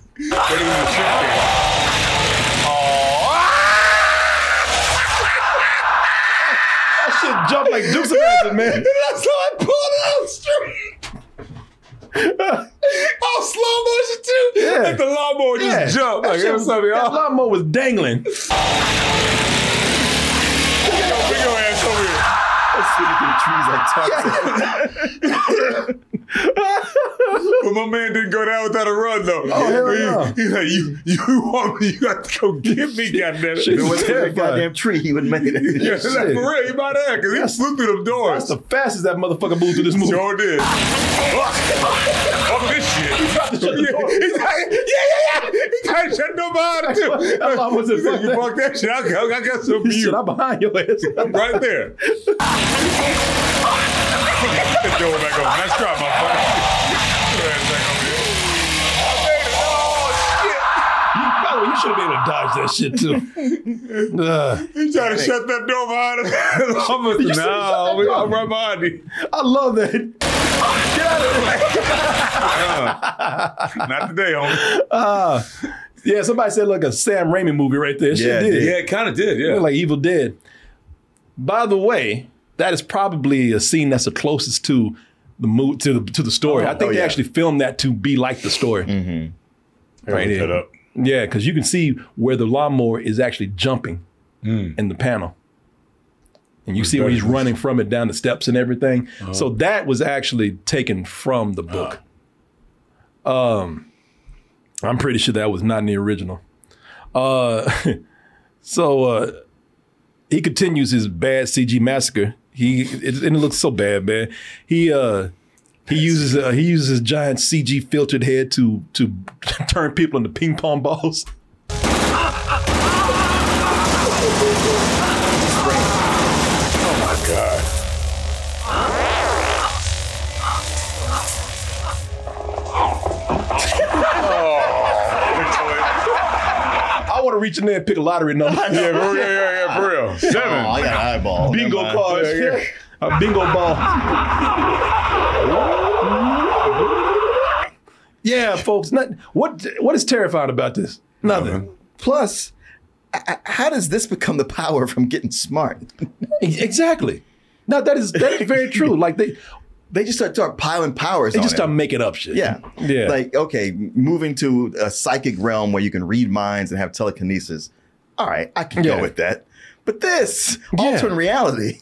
That shit jumped like Dukes of Hazzard, man.
That's how I pulled it out straight. All slow motion too.
Yeah.
Like the lawnmower just jumped. Like,
that, shit,
hey, what's up, y'all?
that lawnmower was dangling.
Yo, bring your ass over here. but my man didn't go down without a run though. Oh,
hell
he,
no.
he like, you, you want me? You got to go get me, goddamn it.
If it wasn't for that goddamn tree, he would have made it.
Yeah, for real, you might have, because he flew through them doors.
That's the fastest that motherfucker moved through this movie.
Sure did. Fuck. Fuck Oh, this shit. Yeah, he's like, yeah, yeah, yeah. He tried to shut nobody too.
That law was
He
in
said,
front
you fuck that shit. I, got- I got some for you.
Shit, I'm behind your ass.
I'm right there. Get the door back open. Nice try, motherfucker. Get your ass back over here.
Oh, you should have been able to dodge that shit too. Ugh.
He tried to shut that door behind us. I'm
You
like,
said shut
nah,
that
we-
door.
I'm right behind you.
I love that.
Not today, homie.
Uh, yeah, somebody said like a Sam Raimi movie right there. Shit
Yeah,
did.
Yeah, it kind of did,
Looked
yeah.
Like Evil Dead. By the way, that is probably a scene that's the closest to the mood to the to the story. I think
oh,
they
yeah.
actually filmed that to be like the story. Right
Hold that
there.
up.
Yeah, because you can see where the lawnmower is actually jumping in the panel. And you see where he's running from it down the steps and everything. So that was actually taken from the book. Um, I'm pretty sure that was not in the original. Uh, so uh, he continues his bad CG massacre. He it, and it looks so bad, man. He uh, he uses uh, he uses his giant CG filtered head to to turn people into ping pong balls.
Oh
I want to reach in there and pick a lottery number.
Yeah, for real, yeah, yeah, yeah, for real. Seven.
Oh, I got an eyeball.
bingo
Never mind.
cards.
Yeah,
A bingo ball. yeah, folks. Not, what what is terrifying about this? Nothing.
Plus, I- I- how does this become the power from getting smart?
E- Exactly. No, that is that is very true. Like they
They just start, start piling powers.
they
on
just
him.
start making up shit.
Yeah.
Yeah.
Like, okay, moving to a psychic realm where you can read minds and have telekinesis. All right, I can
Yeah.
go with that. But this,
Yeah.
alternate reality.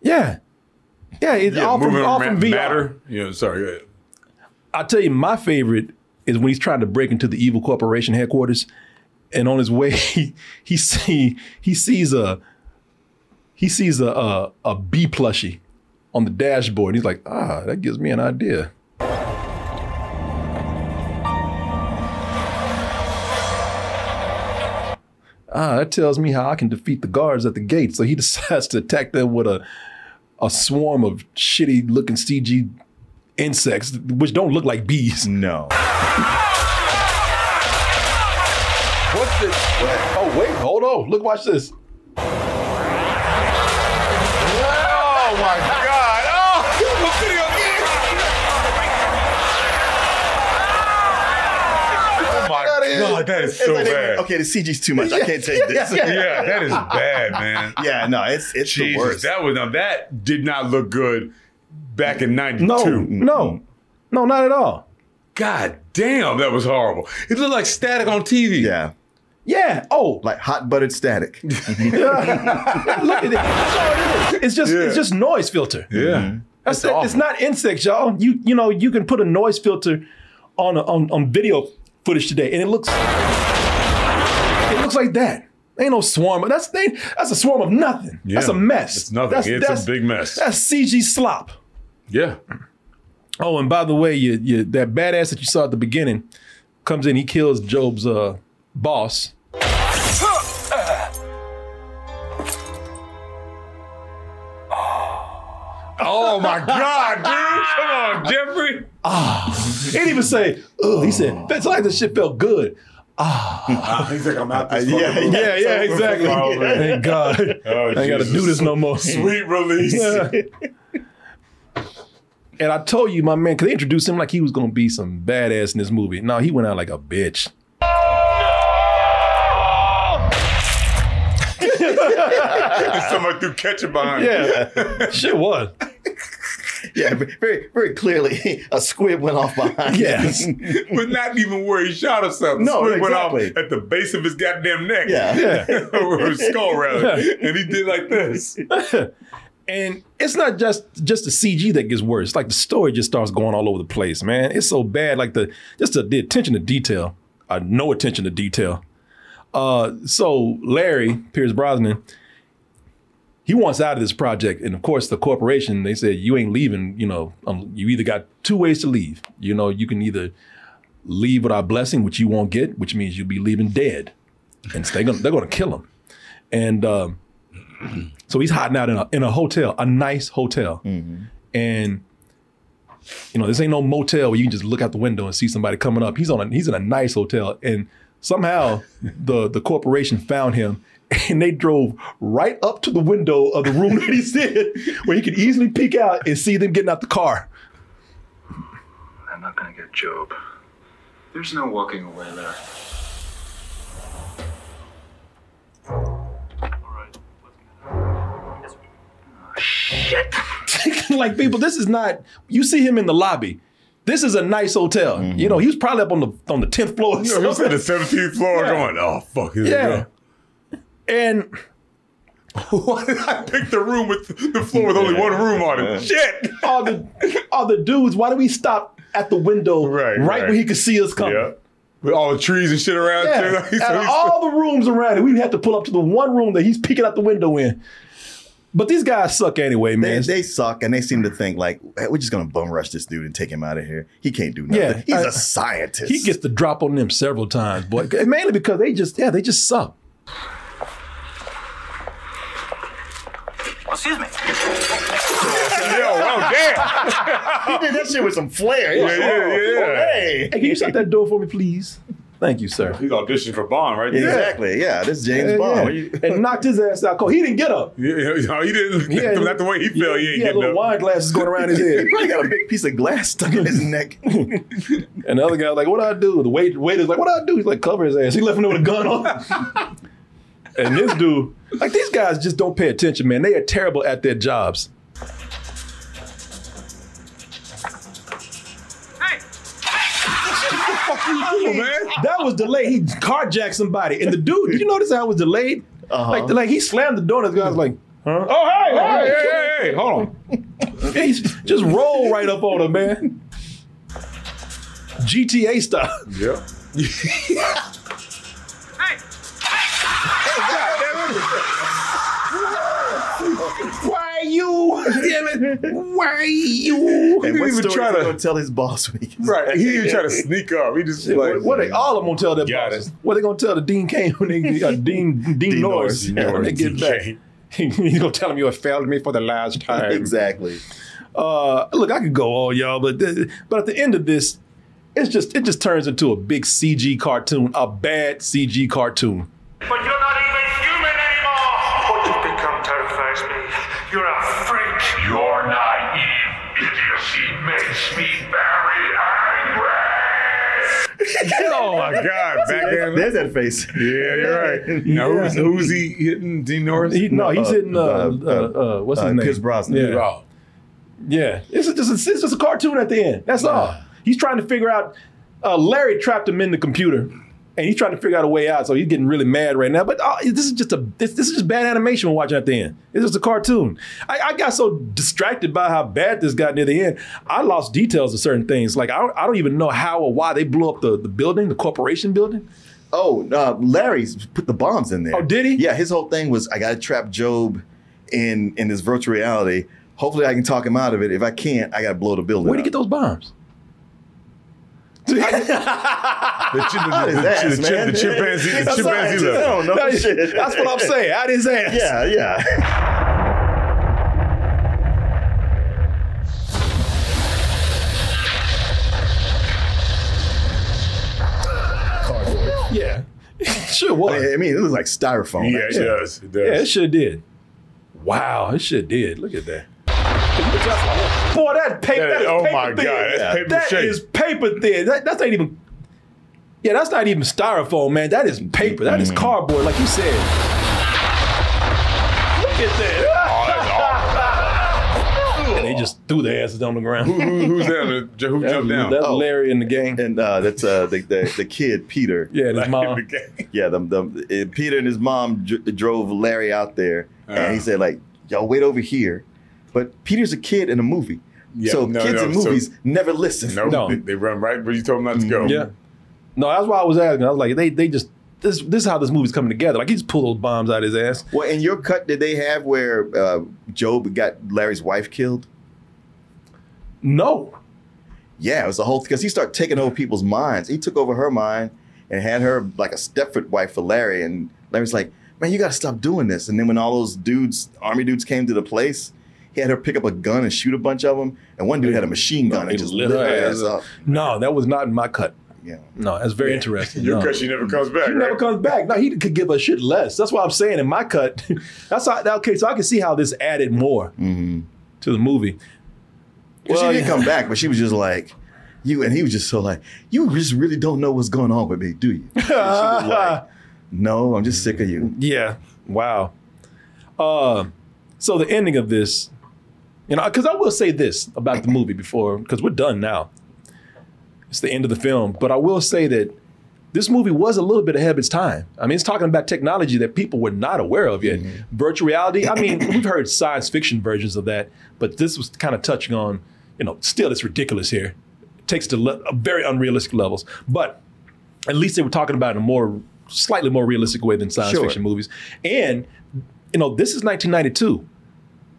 yeah. Yeah, it's all from,
moving
all
ma-
from VR.
matter. Yeah, sorry. Go ahead.
I'll tell you, my favorite is when he's trying to break into the evil corporation headquarters, and on his way, he, he see he sees a he sees a a, a bee plushie on the dashboard, and he's like, ah, that gives me an idea. Ah, that tells me how I can defeat the guards at the gate. So he decides to attack them with a a swarm of shitty looking CG insects, which don't look like bees.
No.
What's this? Oh wait, hold on. Look, watch this.
Oh my God! Oh, the video game. Oh my God! That is
It's
so
like they-
bad.
Okay, the CG's too much. I can't take this.
Yeah, that is bad, man.
Yeah, no, it's it's the
Jesus,
worst.
that was now that did not look good back in '92.
no, no, not at all.
God damn, that was horrible. It looked like static on TV.
Yeah.
Yeah. Oh.
Like hot buttered static.
Look at it. That's all it is. It's just it's just noise filter.
Yeah.
That's it. It's not insects, y'all. You you know you can put a noise filter on a, on on video footage today, and it looks it looks like that. Ain't no swarm. That's they, that's a swarm of nothing. That's
Yeah.
a mess.
It's nothing.
That's,
It's a
that's-
big mess.
That's CG slop.
Yeah.
Oh, and by the way, you, you, that badass that you saw at the beginning comes in. He kills Job's uh, boss.
Oh my God, dude! Come on, Jeffrey.
Ah, he didn't even say. Ugh. He said it's like this shit felt good. Ah,
he's like I'm out
this.
Uh,
yeah, yeah, yeah, exactly. Thank God, I ain't gotta do this no more.
Sweet release.
Yeah. And I told you, my man, because they introduced him like he was gonna be some badass in this movie. No, he went out like a bitch.
Somebody threw ketchup behind.
Yeah, shit was.
Yeah, very very clearly a squib went off behind.
Yes.
but not even where he shot himself. The
No,
squid went
exactly.
off at the base of his goddamn neck.
Yeah.
Yeah.
or his skull rather.
Yeah.
And he did like this.
And it's not just just the CG that gets worse. Like the story just starts going all over the place, man. It's so bad. Like the just the, the attention to detail. Uh, no attention to detail. Uh, so Larry Pierce Brosnan, he wants out of this project, and of course the corporation they said you ain't leaving. You know, um, you either got two ways to leave. You know, you can either leave with our blessing, which you won't get, which means you'll be leaving dead, and they're gonna they're gonna kill him. And um, so he's hiding out in a in a hotel, a nice hotel,
Mm-hmm.
and you know this ain't no motel where you can just look out the window and see somebody coming up. He's on a, he's in a nice hotel, and somehow the the corporation found him. And they drove right up to the window of the room that he's in, where he could easily peek out and see them getting out the car.
I'm not gonna get Job. There's no walking away, Larry.
Shit! like people, this is not. You see him in the lobby. This is a nice hotel. You know, he was probably up on the on the tenth floor. or
You know, Mm-hmm. he was
something.
at the 17th floor
Yeah.
going, oh, fuck, here we
Yeah.
go.
And
Why did I pick the room with the floor with only one room on it? Shit!
all the all the dudes, why do we stop at the window right,
right.
where he could see us coming?
Yeah. With all the trees and shit around
Yeah.
too.
Out
So
of
he's-
all the rooms around it, we have to pull up to the one room that he's peeking out the window in. But these guys suck anyway,
They,
man.
they suck and they seem to think like "Hey, we're just gonna bum rush this dude and take him out of here. He can't do nothing.
Yeah,
He's
I-
a scientist.
he gets the drop on them several times, boy. Mainly because they just, yeah, they just suck.
Excuse me.
Yo, oh, damn.
he did that shit with some flair.
Yeah, yeah, yeah.
Hey.
Hey, can you shut that door for me, please? Thank you, sir.
He's auditioning for Bond right there.
Exactly. Yeah, this is James
Yeah,
Bond.
yeah. and knocked his ass out cold. He didn't get up.
Yeah, yeah, he didn't.
Yeah,
not the way he fell. He ain't
He had
getting
little
up.
wine glasses going around his head.
He probably got a big piece of glass stuck in his neck.
And the other guy's like, what do I do? The wait, waiter's like, what do I do? He's like, cover his ass. He left him there with a gun on. and this dude, like these guys just don't pay attention, man. They are terrible at their jobs. That was delayed. He carjacked somebody. And the dude, did you notice how it was delayed?
Uh-huh.
Like, like he slammed the door and the guy's like, Huh? Oh, hey,
hey,
hey, hey, hey, hold on. He's just roll right up on him, man. GTA style.
Yeah.
Why you? Damn it! Why you?
He
And
didn't
what
even
story
try
try
to-
to tell his boss when he gets
Right.
back?
He didn't try to sneak up. He just
Shit,
like
what, what they all of them gonna tell their
Got
bosses?
it.
What they gonna tell the Dean Kane when they uh, Dean Dean,
Dean
Norris,
Norris,
when they
Dean
get back?
Kane.
He's gonna tell them you have failed me for the last time.
exactly.
Uh, look, I could go all y'all, but th- but at the end of this, it's just it just turns into a big CG cartoon, a bad CG cartoon.
But you're not even human anymore! What you've become terrifies me. You're a freak! Your naive idiocy makes me very angry!
oh my god, back in.
There's that face.
Yeah, you're right. Now who's who's he hitting? Dean Norris?
He, no, he's hitting uh, uh, uh, what's his
uh,
name?
Pierce Brosnan.
Yeah.
Oh,
Yeah, it's just a, it's just a cartoon at the end. That's all. He's trying to figure out. Uh, Larry trapped him in the computer, and he's trying to figure out a way out. So he's getting really mad right now. But uh, this is just a this, this is just bad animation we're watching at the end. It's just a cartoon. I, I got so distracted by how bad this got near the end. I lost details of certain things. Like I don't, I don't even know how or why they blew up the, the building, the corporation building.
Oh, uh, Larry's put the bombs in there. Oh,
did he?
Yeah, his whole thing was I gotta trap Job in in this virtual reality. Hopefully, I can talk him out of it. If I can't, I gotta blow the building.
Where'd he get those bombs?
The, chi- the-
Out
the-
his
the chi- the chi-
ass, man.
the chimpanzee, the
That's all right,
chimpanzee
just-
level.
I don't know
That-
shit.
that's what I'm saying. Out his ass.
Yeah, yeah.
Yeah. sure was.
I mean, I mean, it was like styrofoam.
Yeah, it
actually.
does. It does.
Yeah, it sure did. Wow, it sure did. Look at that. Boy, that paper.
That-
That is
oh
paper
my
thin.
God, that's paper
That
mache.
is paper thin. That, that's not even. Yeah, that's not even styrofoam, man. That is paper. That is cardboard, like you said. Look at that. And they just threw their asses on the ground.
Who, who, who's down? there? Who jumped down?
That's
Oh.
Larry in the game.
And uh, that's uh, the, the the kid Peter.
Yeah, and his mom.
In the game.
Yeah, the, the, uh, Peter and his mom dr- drove Larry out there,
Uh-huh.
and he said like, "Y'all wait over here," but Peter's a kid in a movie,
Yeah,
so
no,
kids
no,
in
so-
movies never listen.
No,
No. Mm-hmm.
They, they run right where you told them not to go.
Yeah. No, that's why I was asking. I was like, they they just this this is how this movie's coming together. Like he just pulled those bombs out of his ass.
Well, in your cut, did they have where uh, Job got Larry's wife killed?
No.
Yeah, it was a whole because he started taking over people's minds. He took over her mind and had her like a Stepford wife for Larry. And Larry's like, "Man, you got to stop doing this." And then when all those dudes, army dudes, came to the place, he had her pick up a gun and shoot a bunch of them. And one dude had a machine gun
They
and just lit her ass up.
No, that was not in my cut.
Yeah.
No, that's very interesting.
Your
No.
cut, she never comes back.
He never
right?
comes back. No, he could give a shit less. That's what I'm saying in my cut. That's how, okay. So I can see how this added more
Mm-hmm.
to the movie.
'Cause
Well,
she didn't
yeah.
come back, but she was just like, "You." And he was just so like, "You just really don't know what's going on with me, do you?" And she was like, "No, I'm just sick of you."
Yeah. Wow. Uh, so the ending of this, you know, because I will say this about the movie before, because we're done now. It's the end of the film, but I will say that this movie was a little bit ahead of its time. I mean, it's talking about technology that people were not aware of yet. Virtual reality. I mean, we've heard science fiction versions of that, but this was kind of touching on, you know, still it's ridiculous here. It takes to le- uh, very unrealistic levels, but at least they were talking about it in a more slightly more realistic way than science
Sure.
fiction movies. And you know, this is 1992.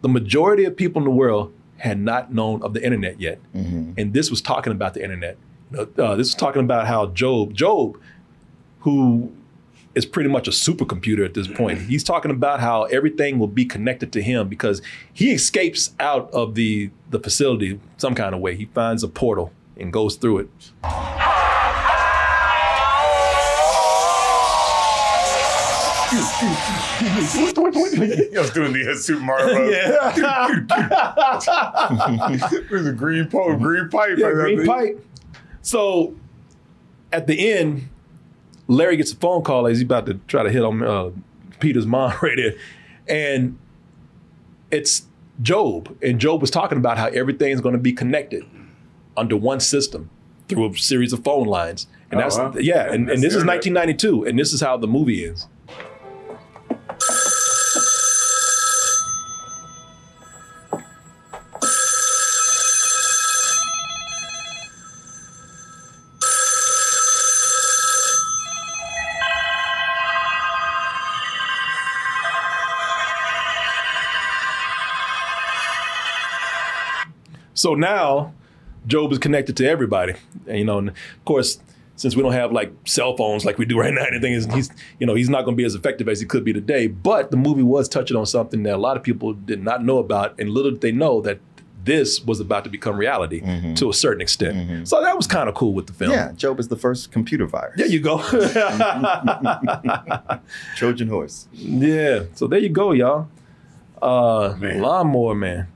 The majority of people in the world had not known of the internet yet, Mm-hmm. and this was talking about the internet. You know, Uh, this was talking about how Job, Job, who is pretty much a supercomputer at this point. He's talking about how everything will be connected to him because he escapes out of the the facility some kind of way. He finds a portal and goes through it.
I was doing the uh, Super Mario.
Yeah.
it was a green pole, green pipe.
Yeah,
right
green
there.
pipe. So at the end, Larry gets a phone call as he's about to try to hit on uh, Peter's mom right there. And it's Job. And Job was talking about how everything's going to be connected under one system through a series of phone lines. And
Oh,
that's,
wow.
yeah, and,
That's
and this is
internet.
1992, and this is how the movie is. So now Job is connected to everybody. And, you know, and of course, since we don't have like cell phones like we do right now, anything is he's you know he's not going to be as effective as he could be today. But the movie was touching on something that a lot of people did not know about, and little did they know that this was about to become reality to a certain extent. So that was kind of cool with the film.
Mm-hmm. Yeah, Job is the first computer virus.
There you go.
Trojan horse.
yeah. So there you go, y'all. Uh, Lawnmower Man.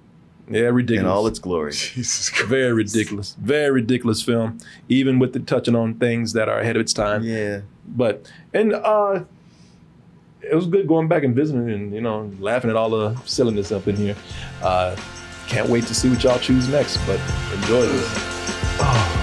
Yeah, ridiculous.
In all its glory.
Jesus Christ. Very ridiculous. Very ridiculous film, even with it touching on things that are ahead of its time.
Yeah.
But, and uh, it was good going back and visiting and, you know, laughing at all the silliness up in here. Uh, can't wait to see what y'all choose next, but enjoy this. Oh.